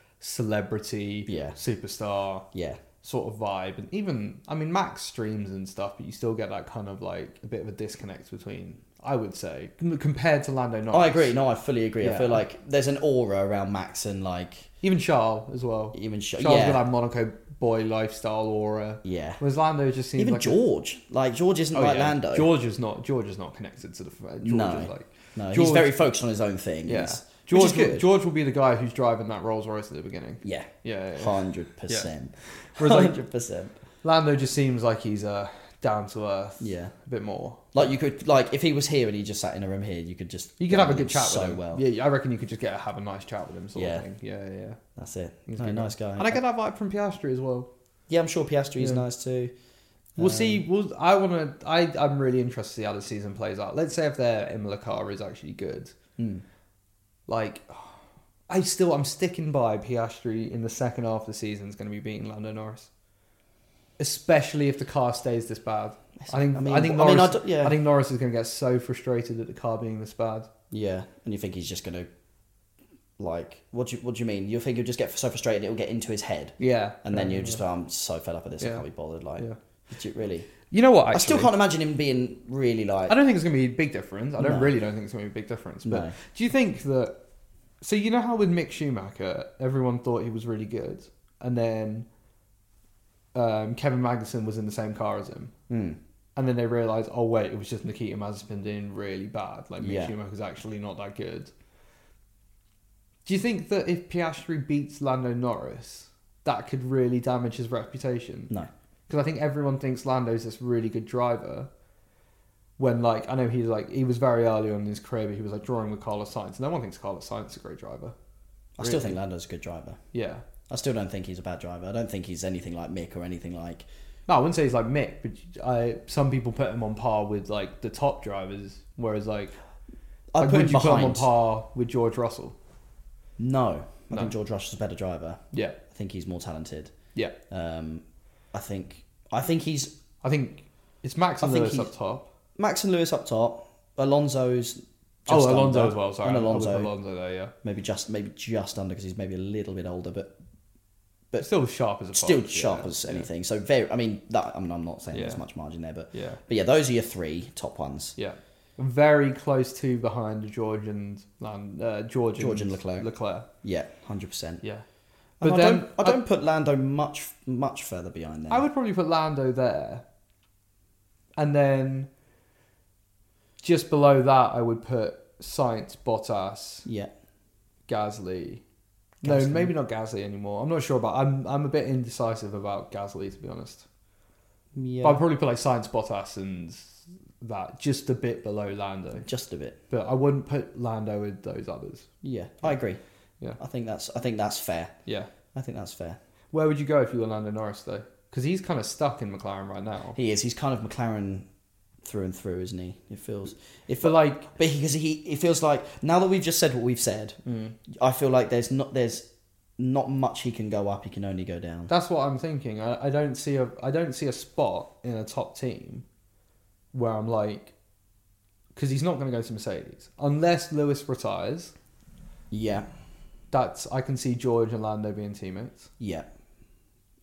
Speaker 2: celebrity,
Speaker 1: Yeah.
Speaker 2: superstar
Speaker 1: Yeah,
Speaker 2: sort of vibe, and even I mean Max streams and stuff, but you still get that kind of like a bit of a disconnect between. I would say com- compared to Lando Norris,
Speaker 1: I agree. No, I fully agree. I
Speaker 2: Yeah.
Speaker 1: feel like there's an aura around Max and like
Speaker 2: Even Charles as well.
Speaker 1: even Sh-
Speaker 2: Charles
Speaker 1: yeah,
Speaker 2: with that Monaco boy lifestyle aura.
Speaker 1: yeah,
Speaker 2: Whereas Lando just seems
Speaker 1: even
Speaker 2: like a-
Speaker 1: George. Like George isn't
Speaker 2: Oh,
Speaker 1: like
Speaker 2: yeah.
Speaker 1: Lando.
Speaker 2: George is not. George is not connected to the. George
Speaker 1: No.
Speaker 2: is like
Speaker 1: no, he's
Speaker 2: George-
Speaker 1: very focused on his own thing.
Speaker 2: yeah.
Speaker 1: Yes,
Speaker 2: George,
Speaker 1: which is good.
Speaker 2: George will be the guy who's driving that Rolls Royce at the beginning.
Speaker 1: yeah,
Speaker 2: Yeah, yeah, yeah.
Speaker 1: hundred percent.
Speaker 2: [laughs] Whereas, like-
Speaker 1: [laughs] Hundred percent.
Speaker 2: Lando just seems like he's uh, down to earth
Speaker 1: Yeah,
Speaker 2: a bit more.
Speaker 1: like you could like if he was here and he just sat in a room here, you could just
Speaker 2: You could have a
Speaker 1: get on
Speaker 2: good chat
Speaker 1: so
Speaker 2: with him.
Speaker 1: well.
Speaker 2: Yeah, I reckon you could just get have a nice chat with him, sort
Speaker 1: Yeah.
Speaker 2: of thing. Yeah, yeah, yeah.
Speaker 1: That's it.
Speaker 2: He's
Speaker 1: No,
Speaker 2: a good
Speaker 1: nice guy.
Speaker 2: And I get that vibe from Piastri as well.
Speaker 1: yeah, I'm sure Piastri's
Speaker 2: Yeah.
Speaker 1: nice too. Um,
Speaker 2: We'll see. We'll, I want to. I I'm really interested to see how the season plays out. Let's say if their Imola car is actually good.
Speaker 1: mm.
Speaker 2: Like, I still I'm sticking by Piastri in the second half of the season is going to be beating Lando Norris, especially if the car stays this bad. I think. I, think
Speaker 1: I
Speaker 2: Norris. I,
Speaker 1: don't- yeah,
Speaker 2: think Norris is going to get so frustrated at the car being this bad.
Speaker 1: yeah. And you think he's just gonna like what do you what do you mean? You think he'll just get so frustrated it'll get into his head,
Speaker 2: Yeah,
Speaker 1: and then
Speaker 2: Yeah.
Speaker 1: you just go, I'm so fed up with this. I
Speaker 2: Um, Yeah.
Speaker 1: can't be bothered. Like,
Speaker 2: Yeah.
Speaker 1: did you really?
Speaker 2: You know what?
Speaker 1: I still
Speaker 2: actually?
Speaker 1: can't imagine him being really like.
Speaker 2: I don't think it's going to be a big difference. I don't
Speaker 1: No.
Speaker 2: really don't think it's going to be a big difference. But
Speaker 1: No.
Speaker 2: do you think that? So you know how with Mick Schumacher, everyone thought he was really good, and then um, Kevin Magnussen was in the same car as him,
Speaker 1: Mm.
Speaker 2: and then they realized, oh wait, it was just Nikita Mazepin doing really bad. Like Mick
Speaker 1: Yeah.
Speaker 2: Schumacher's actually not that good. Do you think that if Piastri beats Lando Norris, that could really damage his reputation?
Speaker 1: No.
Speaker 2: because I think everyone thinks Lando's this really good driver. When like I know he's like he was very early on in his career, but he was like drawing with Carlos Sainz. No one thinks Carlos Sainz is a great driver.
Speaker 1: I still
Speaker 2: Really?
Speaker 1: think Lando's a good driver.
Speaker 2: Yeah,
Speaker 1: I still don't think he's a bad driver. I don't think he's anything like Mick or anything like
Speaker 2: No, I wouldn't say he's like Mick, but I some people put him on par with like the top drivers, whereas like,
Speaker 1: I
Speaker 2: like,
Speaker 1: put
Speaker 2: would
Speaker 1: him
Speaker 2: you put him on
Speaker 1: behind.
Speaker 2: par with George Russell?
Speaker 1: No, I
Speaker 2: No.
Speaker 1: think George Russell's a better driver.
Speaker 2: Yeah,
Speaker 1: I think he's more talented.
Speaker 2: yeah.
Speaker 1: Um, I think I think he's
Speaker 2: I think it's Max and
Speaker 1: I think
Speaker 2: Lewis
Speaker 1: he's-
Speaker 2: up top.
Speaker 1: Max and Lewis up top. Alonso's just
Speaker 2: oh, Alonso
Speaker 1: under,
Speaker 2: as well. Sorry,
Speaker 1: and
Speaker 2: I put
Speaker 1: Alonso
Speaker 2: Alonso there. Yeah,
Speaker 1: maybe just maybe just under because he's maybe a little bit older, but But-
Speaker 2: but still sharp as a
Speaker 1: still
Speaker 2: fox,
Speaker 1: sharp
Speaker 2: yeah,
Speaker 1: as
Speaker 2: yeah,
Speaker 1: anything. So very, I mean, that, I mean, I'm not saying there's
Speaker 2: Yeah.
Speaker 1: much margin there, but
Speaker 2: Yeah,
Speaker 1: but yeah, those are your three top ones.
Speaker 2: yeah. Very close to behind George and um, uh, George,
Speaker 1: George and Leclerc.
Speaker 2: Leclerc.
Speaker 1: Yeah, hundred percent.
Speaker 2: Yeah,
Speaker 1: But
Speaker 2: But
Speaker 1: I
Speaker 2: then-
Speaker 1: don't, I don't put Lando much much further behind there.
Speaker 2: I would probably put Lando there, and then just below that, I would put Science, Bottas,
Speaker 1: yeah,
Speaker 2: Gasly. No,
Speaker 1: Gasly.
Speaker 2: maybe not Gasly anymore. I'm not sure about. I'm I'm a bit indecisive about Gasly to be honest. But I'd
Speaker 1: yeah,
Speaker 2: probably put like Science, Bottas, and that just a bit below Lando.
Speaker 1: just a bit.
Speaker 2: But I wouldn't put Lando with those others.
Speaker 1: Yeah, I agree.
Speaker 2: Yeah.
Speaker 1: I think that's I think that's fair.
Speaker 2: Yeah.
Speaker 1: I think that's fair.
Speaker 2: Where would you go if you were Lando Norris though? Because he's kind of stuck in McLaren right now.
Speaker 1: He is. He's kind of McLaren through and through, isn't he? It feels. It
Speaker 2: But
Speaker 1: feels.
Speaker 2: like,
Speaker 1: But because he, it feels like now that we've just said what we've said, I feel like there's not there's not much he can go up. He can only go down.
Speaker 2: That's what I'm thinking. I, I don't see a I don't see a spot in a top team where I'm like, because he's not going to go to Mercedes unless Lewis retires.
Speaker 1: Yeah,
Speaker 2: That's I can see George and Lando being teammates.
Speaker 1: yeah.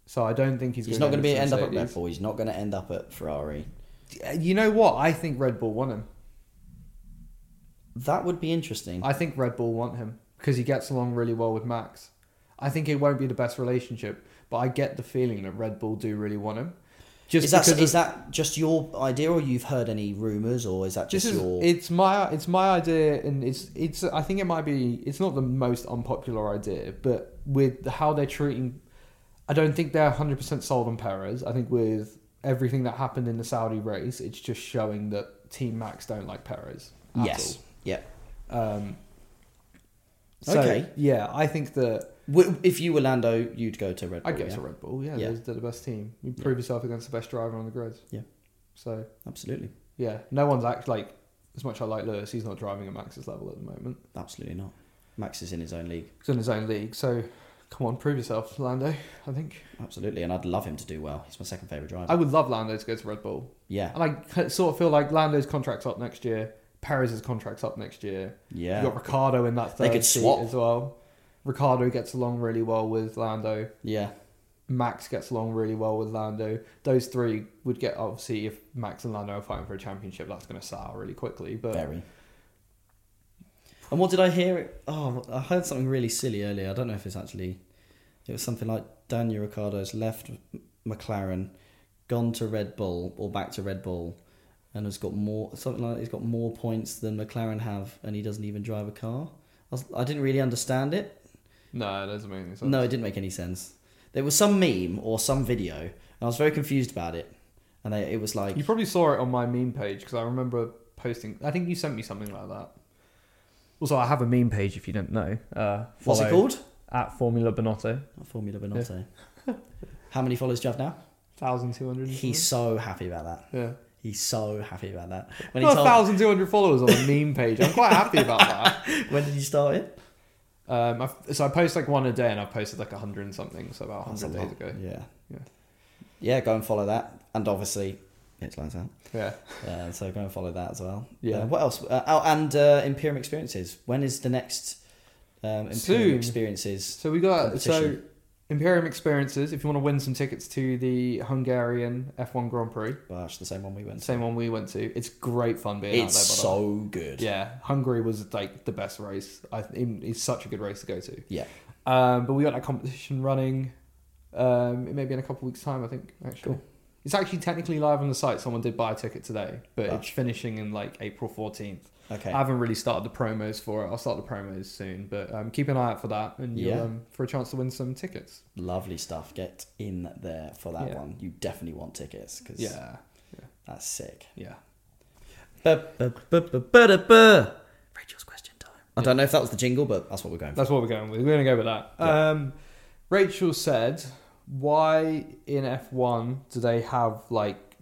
Speaker 2: So I don't think he's.
Speaker 1: He's, not
Speaker 2: go
Speaker 1: going to be end up at Red
Speaker 2: Mercedes. Uh,
Speaker 1: Bull. He's not going to end up at Ferrari.
Speaker 2: You know what? I think Red Bull want him.
Speaker 1: That would be interesting.
Speaker 2: I think Red Bull want him because he gets along really well with Max. I think it won't be the best relationship, but I get the feeling that Red Bull do really want him. Just
Speaker 1: is that
Speaker 2: because of-
Speaker 1: is that just your idea, or you've heard any rumors, or is that
Speaker 2: This
Speaker 1: just
Speaker 2: is
Speaker 1: your?
Speaker 2: it's my it's my idea and it's it's I think it might be it's not the most unpopular idea but with how they're treating I don't think they're 100% sold on Perez I think with everything that happened in the Saudi race it's just showing that team Max don't like Perez at
Speaker 1: yes. Yeah.
Speaker 2: all. um so,
Speaker 1: Okay.
Speaker 2: yeah I think that
Speaker 1: W- If you were Lando, you'd go to Red Bull.
Speaker 2: I guess
Speaker 1: Oh, yeah?
Speaker 2: a Red Bull yeah,
Speaker 1: Yeah.
Speaker 2: They're, they're the best team you prove yourself against the best driver on the grid
Speaker 1: Yeah.
Speaker 2: so
Speaker 1: Absolutely.
Speaker 2: yeah no one's act like as much as I like Lewis he's not driving at Max's level at the moment
Speaker 1: Absolutely not. Max is in his own league.
Speaker 2: He's in his own league, so come on, prove yourself, Lando. I think
Speaker 1: Absolutely, and I'd love him to do well. He's my second favorite driver.
Speaker 2: I would love Lando to go to Red Bull,
Speaker 1: yeah,
Speaker 2: and I c- sort of feel like Lando's contract's up next year, Perez's contract's up next year.
Speaker 1: yeah,
Speaker 2: You got Ricardo in that
Speaker 1: They
Speaker 2: third
Speaker 1: could
Speaker 2: seat
Speaker 1: swap.
Speaker 2: as well. Ricardo gets along really well with Lando.
Speaker 1: yeah.
Speaker 2: Max gets along really well with Lando. Those three would get obviously if Max and Lando are fighting for a championship, that's going to sour really quickly. But
Speaker 1: Very. And what did I hear? Oh, I heard something really silly earlier. I don't know if it's actually. It was something like Daniel Ricciardo's left M- McLaren, gone to Red Bull or back to Red Bull, and has got more something like he's got more points than McLaren have, and he doesn't even drive a car. I, was, I didn't really understand it.
Speaker 2: no, it doesn't make any sense.
Speaker 1: No, it didn't make any sense. There was some meme or some video, and I was very confused about it. And they, it was like,
Speaker 2: You probably saw it on my meme page because I remember posting. I think you sent me something like that. Also, I have a meme page if you don't know. Uh,
Speaker 1: what's it
Speaker 2: follow
Speaker 1: called?
Speaker 2: At Formula Bonotto.
Speaker 1: Formula
Speaker 2: [laughs]
Speaker 1: Benotto. How many followers do you have now?
Speaker 2: 1,200.
Speaker 1: He's so happy about that.
Speaker 2: Yeah.
Speaker 1: He's so happy about that. When he
Speaker 2: Got
Speaker 1: told,
Speaker 2: 1,200 followers on a meme page. I'm quite happy about [laughs] that.
Speaker 1: when did you start it?
Speaker 2: Um, I've, so I post like one a day and I've posted like 100 and something, so about
Speaker 1: That's a
Speaker 2: 100 days
Speaker 1: lot.
Speaker 2: ago.
Speaker 1: Yeah.
Speaker 2: Yeah.
Speaker 1: Yeah, go and follow that. And obviously, it's lights out.
Speaker 2: Yeah.
Speaker 1: Uh, so go and follow that as well.
Speaker 2: Yeah.
Speaker 1: Uh, what else? Uh, oh, and uh, Imperium Experiences. When is the next um, Imperium
Speaker 2: Soon.
Speaker 1: Experiences?
Speaker 2: So we got. So
Speaker 1: Competition.
Speaker 2: Imperium Experiences, if you want to win some tickets to the Hungarian F1 Grand Prix,
Speaker 1: Gosh, the same one we went to.
Speaker 2: same one we went to, it's great fun being out
Speaker 1: It's
Speaker 2: there. by the way.
Speaker 1: so good.
Speaker 2: Yeah, Hungary was like the best race. I think it's such a good race to go to.
Speaker 1: Yeah.
Speaker 2: Um, but we got that competition running. Um, it may be in a couple weeks' time, I think. Actually,
Speaker 1: Cool.
Speaker 2: it's actually technically live on the site. Someone did buy a ticket today, but it's
Speaker 1: Gosh.
Speaker 2: finishing in like April fourteenth.
Speaker 1: Ah. Okay.
Speaker 2: I haven't really started the promos for it. I'll start the promos soon, but um, keep an eye out for that and you'll,
Speaker 1: Yeah.
Speaker 2: um, for a chance to win some tickets.
Speaker 1: Lovely stuff. Get in there for that
Speaker 2: Yeah.
Speaker 1: one. You definitely want tickets because
Speaker 2: Yeah,
Speaker 1: that's sick.
Speaker 2: yeah.
Speaker 1: Rachel's question time. I
Speaker 2: Yeah.
Speaker 1: don't know if that was the jingle, but that's what we're going for.
Speaker 2: That's what we're going with. We're going to go with that. Um, Rachel said, why in F1 do they have like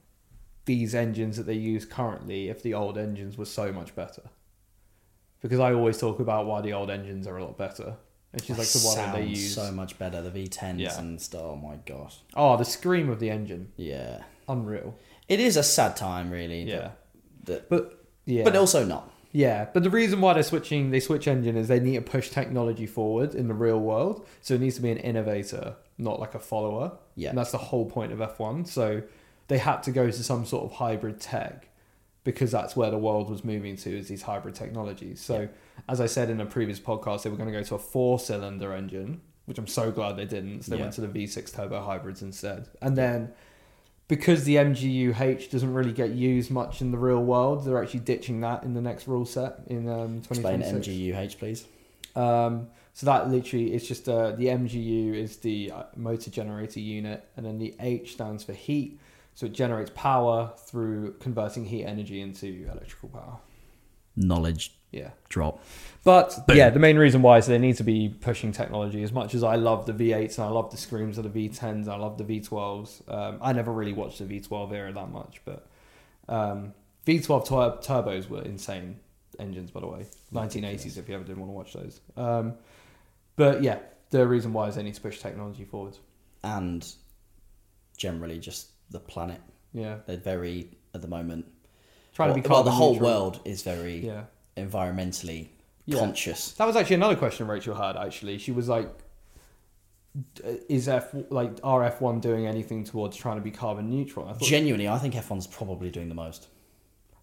Speaker 2: these engines that they use currently if the old engines were so much better? Because I always talk about why the old engines are a lot better. And she's like,
Speaker 1: That
Speaker 2: the one that they
Speaker 1: sounds
Speaker 2: use.
Speaker 1: so much better. The V10s
Speaker 2: Yeah.
Speaker 1: and stuff. Oh my god.
Speaker 2: Oh, the scream of the engine.
Speaker 1: Yeah.
Speaker 2: Unreal.
Speaker 1: It is a sad time, really. that-
Speaker 2: Yeah.
Speaker 1: that-
Speaker 2: But yeah.
Speaker 1: But also not.
Speaker 2: Yeah, but the reason why they're switching, they switch engine is they need to push technology forward in the real world. So it needs to be an innovator, not like a follower.
Speaker 1: Yeah.
Speaker 2: and that's the whole point of F one. So they had to go to some sort of hybrid tech because that's where the world was moving to is these hybrid technologies. So as I said in a previous podcast, they were going to go to a four cylinder engine, which I'm so glad they didn't. So they
Speaker 1: Yeah.
Speaker 2: went to the V6 turbo hybrids instead, and then because the MGUH doesn't really get used much in the real world, they're actually ditching that in the next rule set in um,
Speaker 1: Explain
Speaker 2: 2026.
Speaker 1: MGUH, please.
Speaker 2: Um, so that literally is just uh, the MGU is the uh, motor generator unit, and then the H stands for heat. So it generates power through converting heat energy into electrical power.
Speaker 1: Knowledge
Speaker 2: Yeah.
Speaker 1: drop.
Speaker 2: But
Speaker 1: Boom.
Speaker 2: yeah, the main reason why is they need to be pushing technology. As much as I love the V8s and I love the screams of the V10s, and I love the V12s. Um, I never really watched the V12 era that much, but um, V12 tur- turbos were insane engines, by the way. 1980s, if you ever did want to watch those. Um, but yeah, the reason why is they need to push technology forward.
Speaker 1: And generally just the planet.
Speaker 2: Yeah,
Speaker 1: They're very, at the moment,
Speaker 2: trying to
Speaker 1: well,
Speaker 2: be
Speaker 1: well, the
Speaker 2: carbon
Speaker 1: whole
Speaker 2: neutral.
Speaker 1: world is very
Speaker 2: Yeah.
Speaker 1: environmentally
Speaker 2: Yeah.
Speaker 1: conscious.
Speaker 2: That was actually another question Rachel had. Actually, she was like, d- "Is F like R F one doing anything towards trying to be carbon neutral?" I thought,
Speaker 1: Genuinely, I think F1's probably doing the most.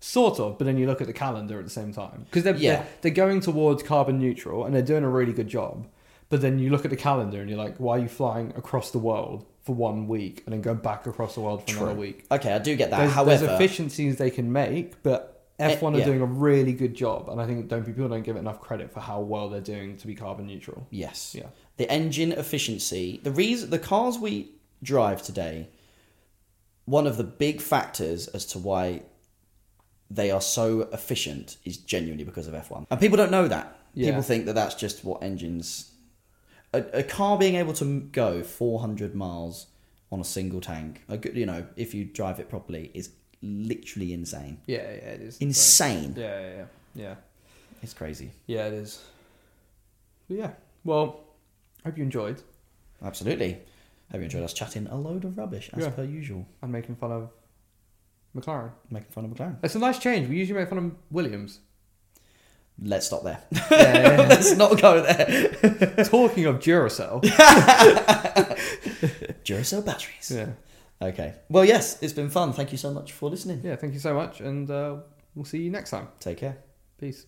Speaker 2: sort of, but then you look at the calendar at the same time because they're,
Speaker 1: Yeah.
Speaker 2: they're they're going towards carbon neutral and they're doing a really good job. But then you look at the calendar and you're like, "Why are you flying across the world for one week and then going back across the world for another week?"
Speaker 1: Okay, I do get that.
Speaker 2: There's,
Speaker 1: However, Eh,
Speaker 2: there's efficiencies they can make, but F one are
Speaker 1: yeah.
Speaker 2: doing a really good job, and I think don't people don't give it enough credit for how well they're doing to be carbon neutral.
Speaker 1: Yes.
Speaker 2: Yeah.
Speaker 1: The engine efficiency, the reason the cars we drive today, one of the big factors as to why they are so efficient is genuinely because of F1. And people don't know that.
Speaker 2: Yeah.
Speaker 1: People think that that's just what engines a, a car being able to m- go 400 miles on a single tank, a good, you know, if you drive it properly is literally insane.
Speaker 2: Yeah, yeah, it is
Speaker 1: Insane.
Speaker 2: Yeah, yeah, yeah, yeah.
Speaker 1: It's crazy.
Speaker 2: Yeah, it is. But yeah. Well, hope you enjoyed
Speaker 1: Absolutely. Hope you enjoyed us chatting a load of rubbish as
Speaker 2: Yeah.
Speaker 1: per usual.
Speaker 2: and making fun of McLaren.
Speaker 1: Making fun of
Speaker 2: [laughs]
Speaker 1: McLaren.
Speaker 2: It's a nice change. We usually make fun of Williams.
Speaker 1: Let's stop there.
Speaker 2: [laughs] Yeah,
Speaker 1: [laughs] Let's not go there.
Speaker 2: yeah. [laughs] Talking of [laughs] Duracell.
Speaker 1: Duracell batteries.
Speaker 2: yeah.
Speaker 1: Okay. Well, yes, it's been fun. Thank you so much for listening.
Speaker 2: Yeah. Thank you so much, and uh, we'll see you next time.
Speaker 1: Take care.
Speaker 2: Peace.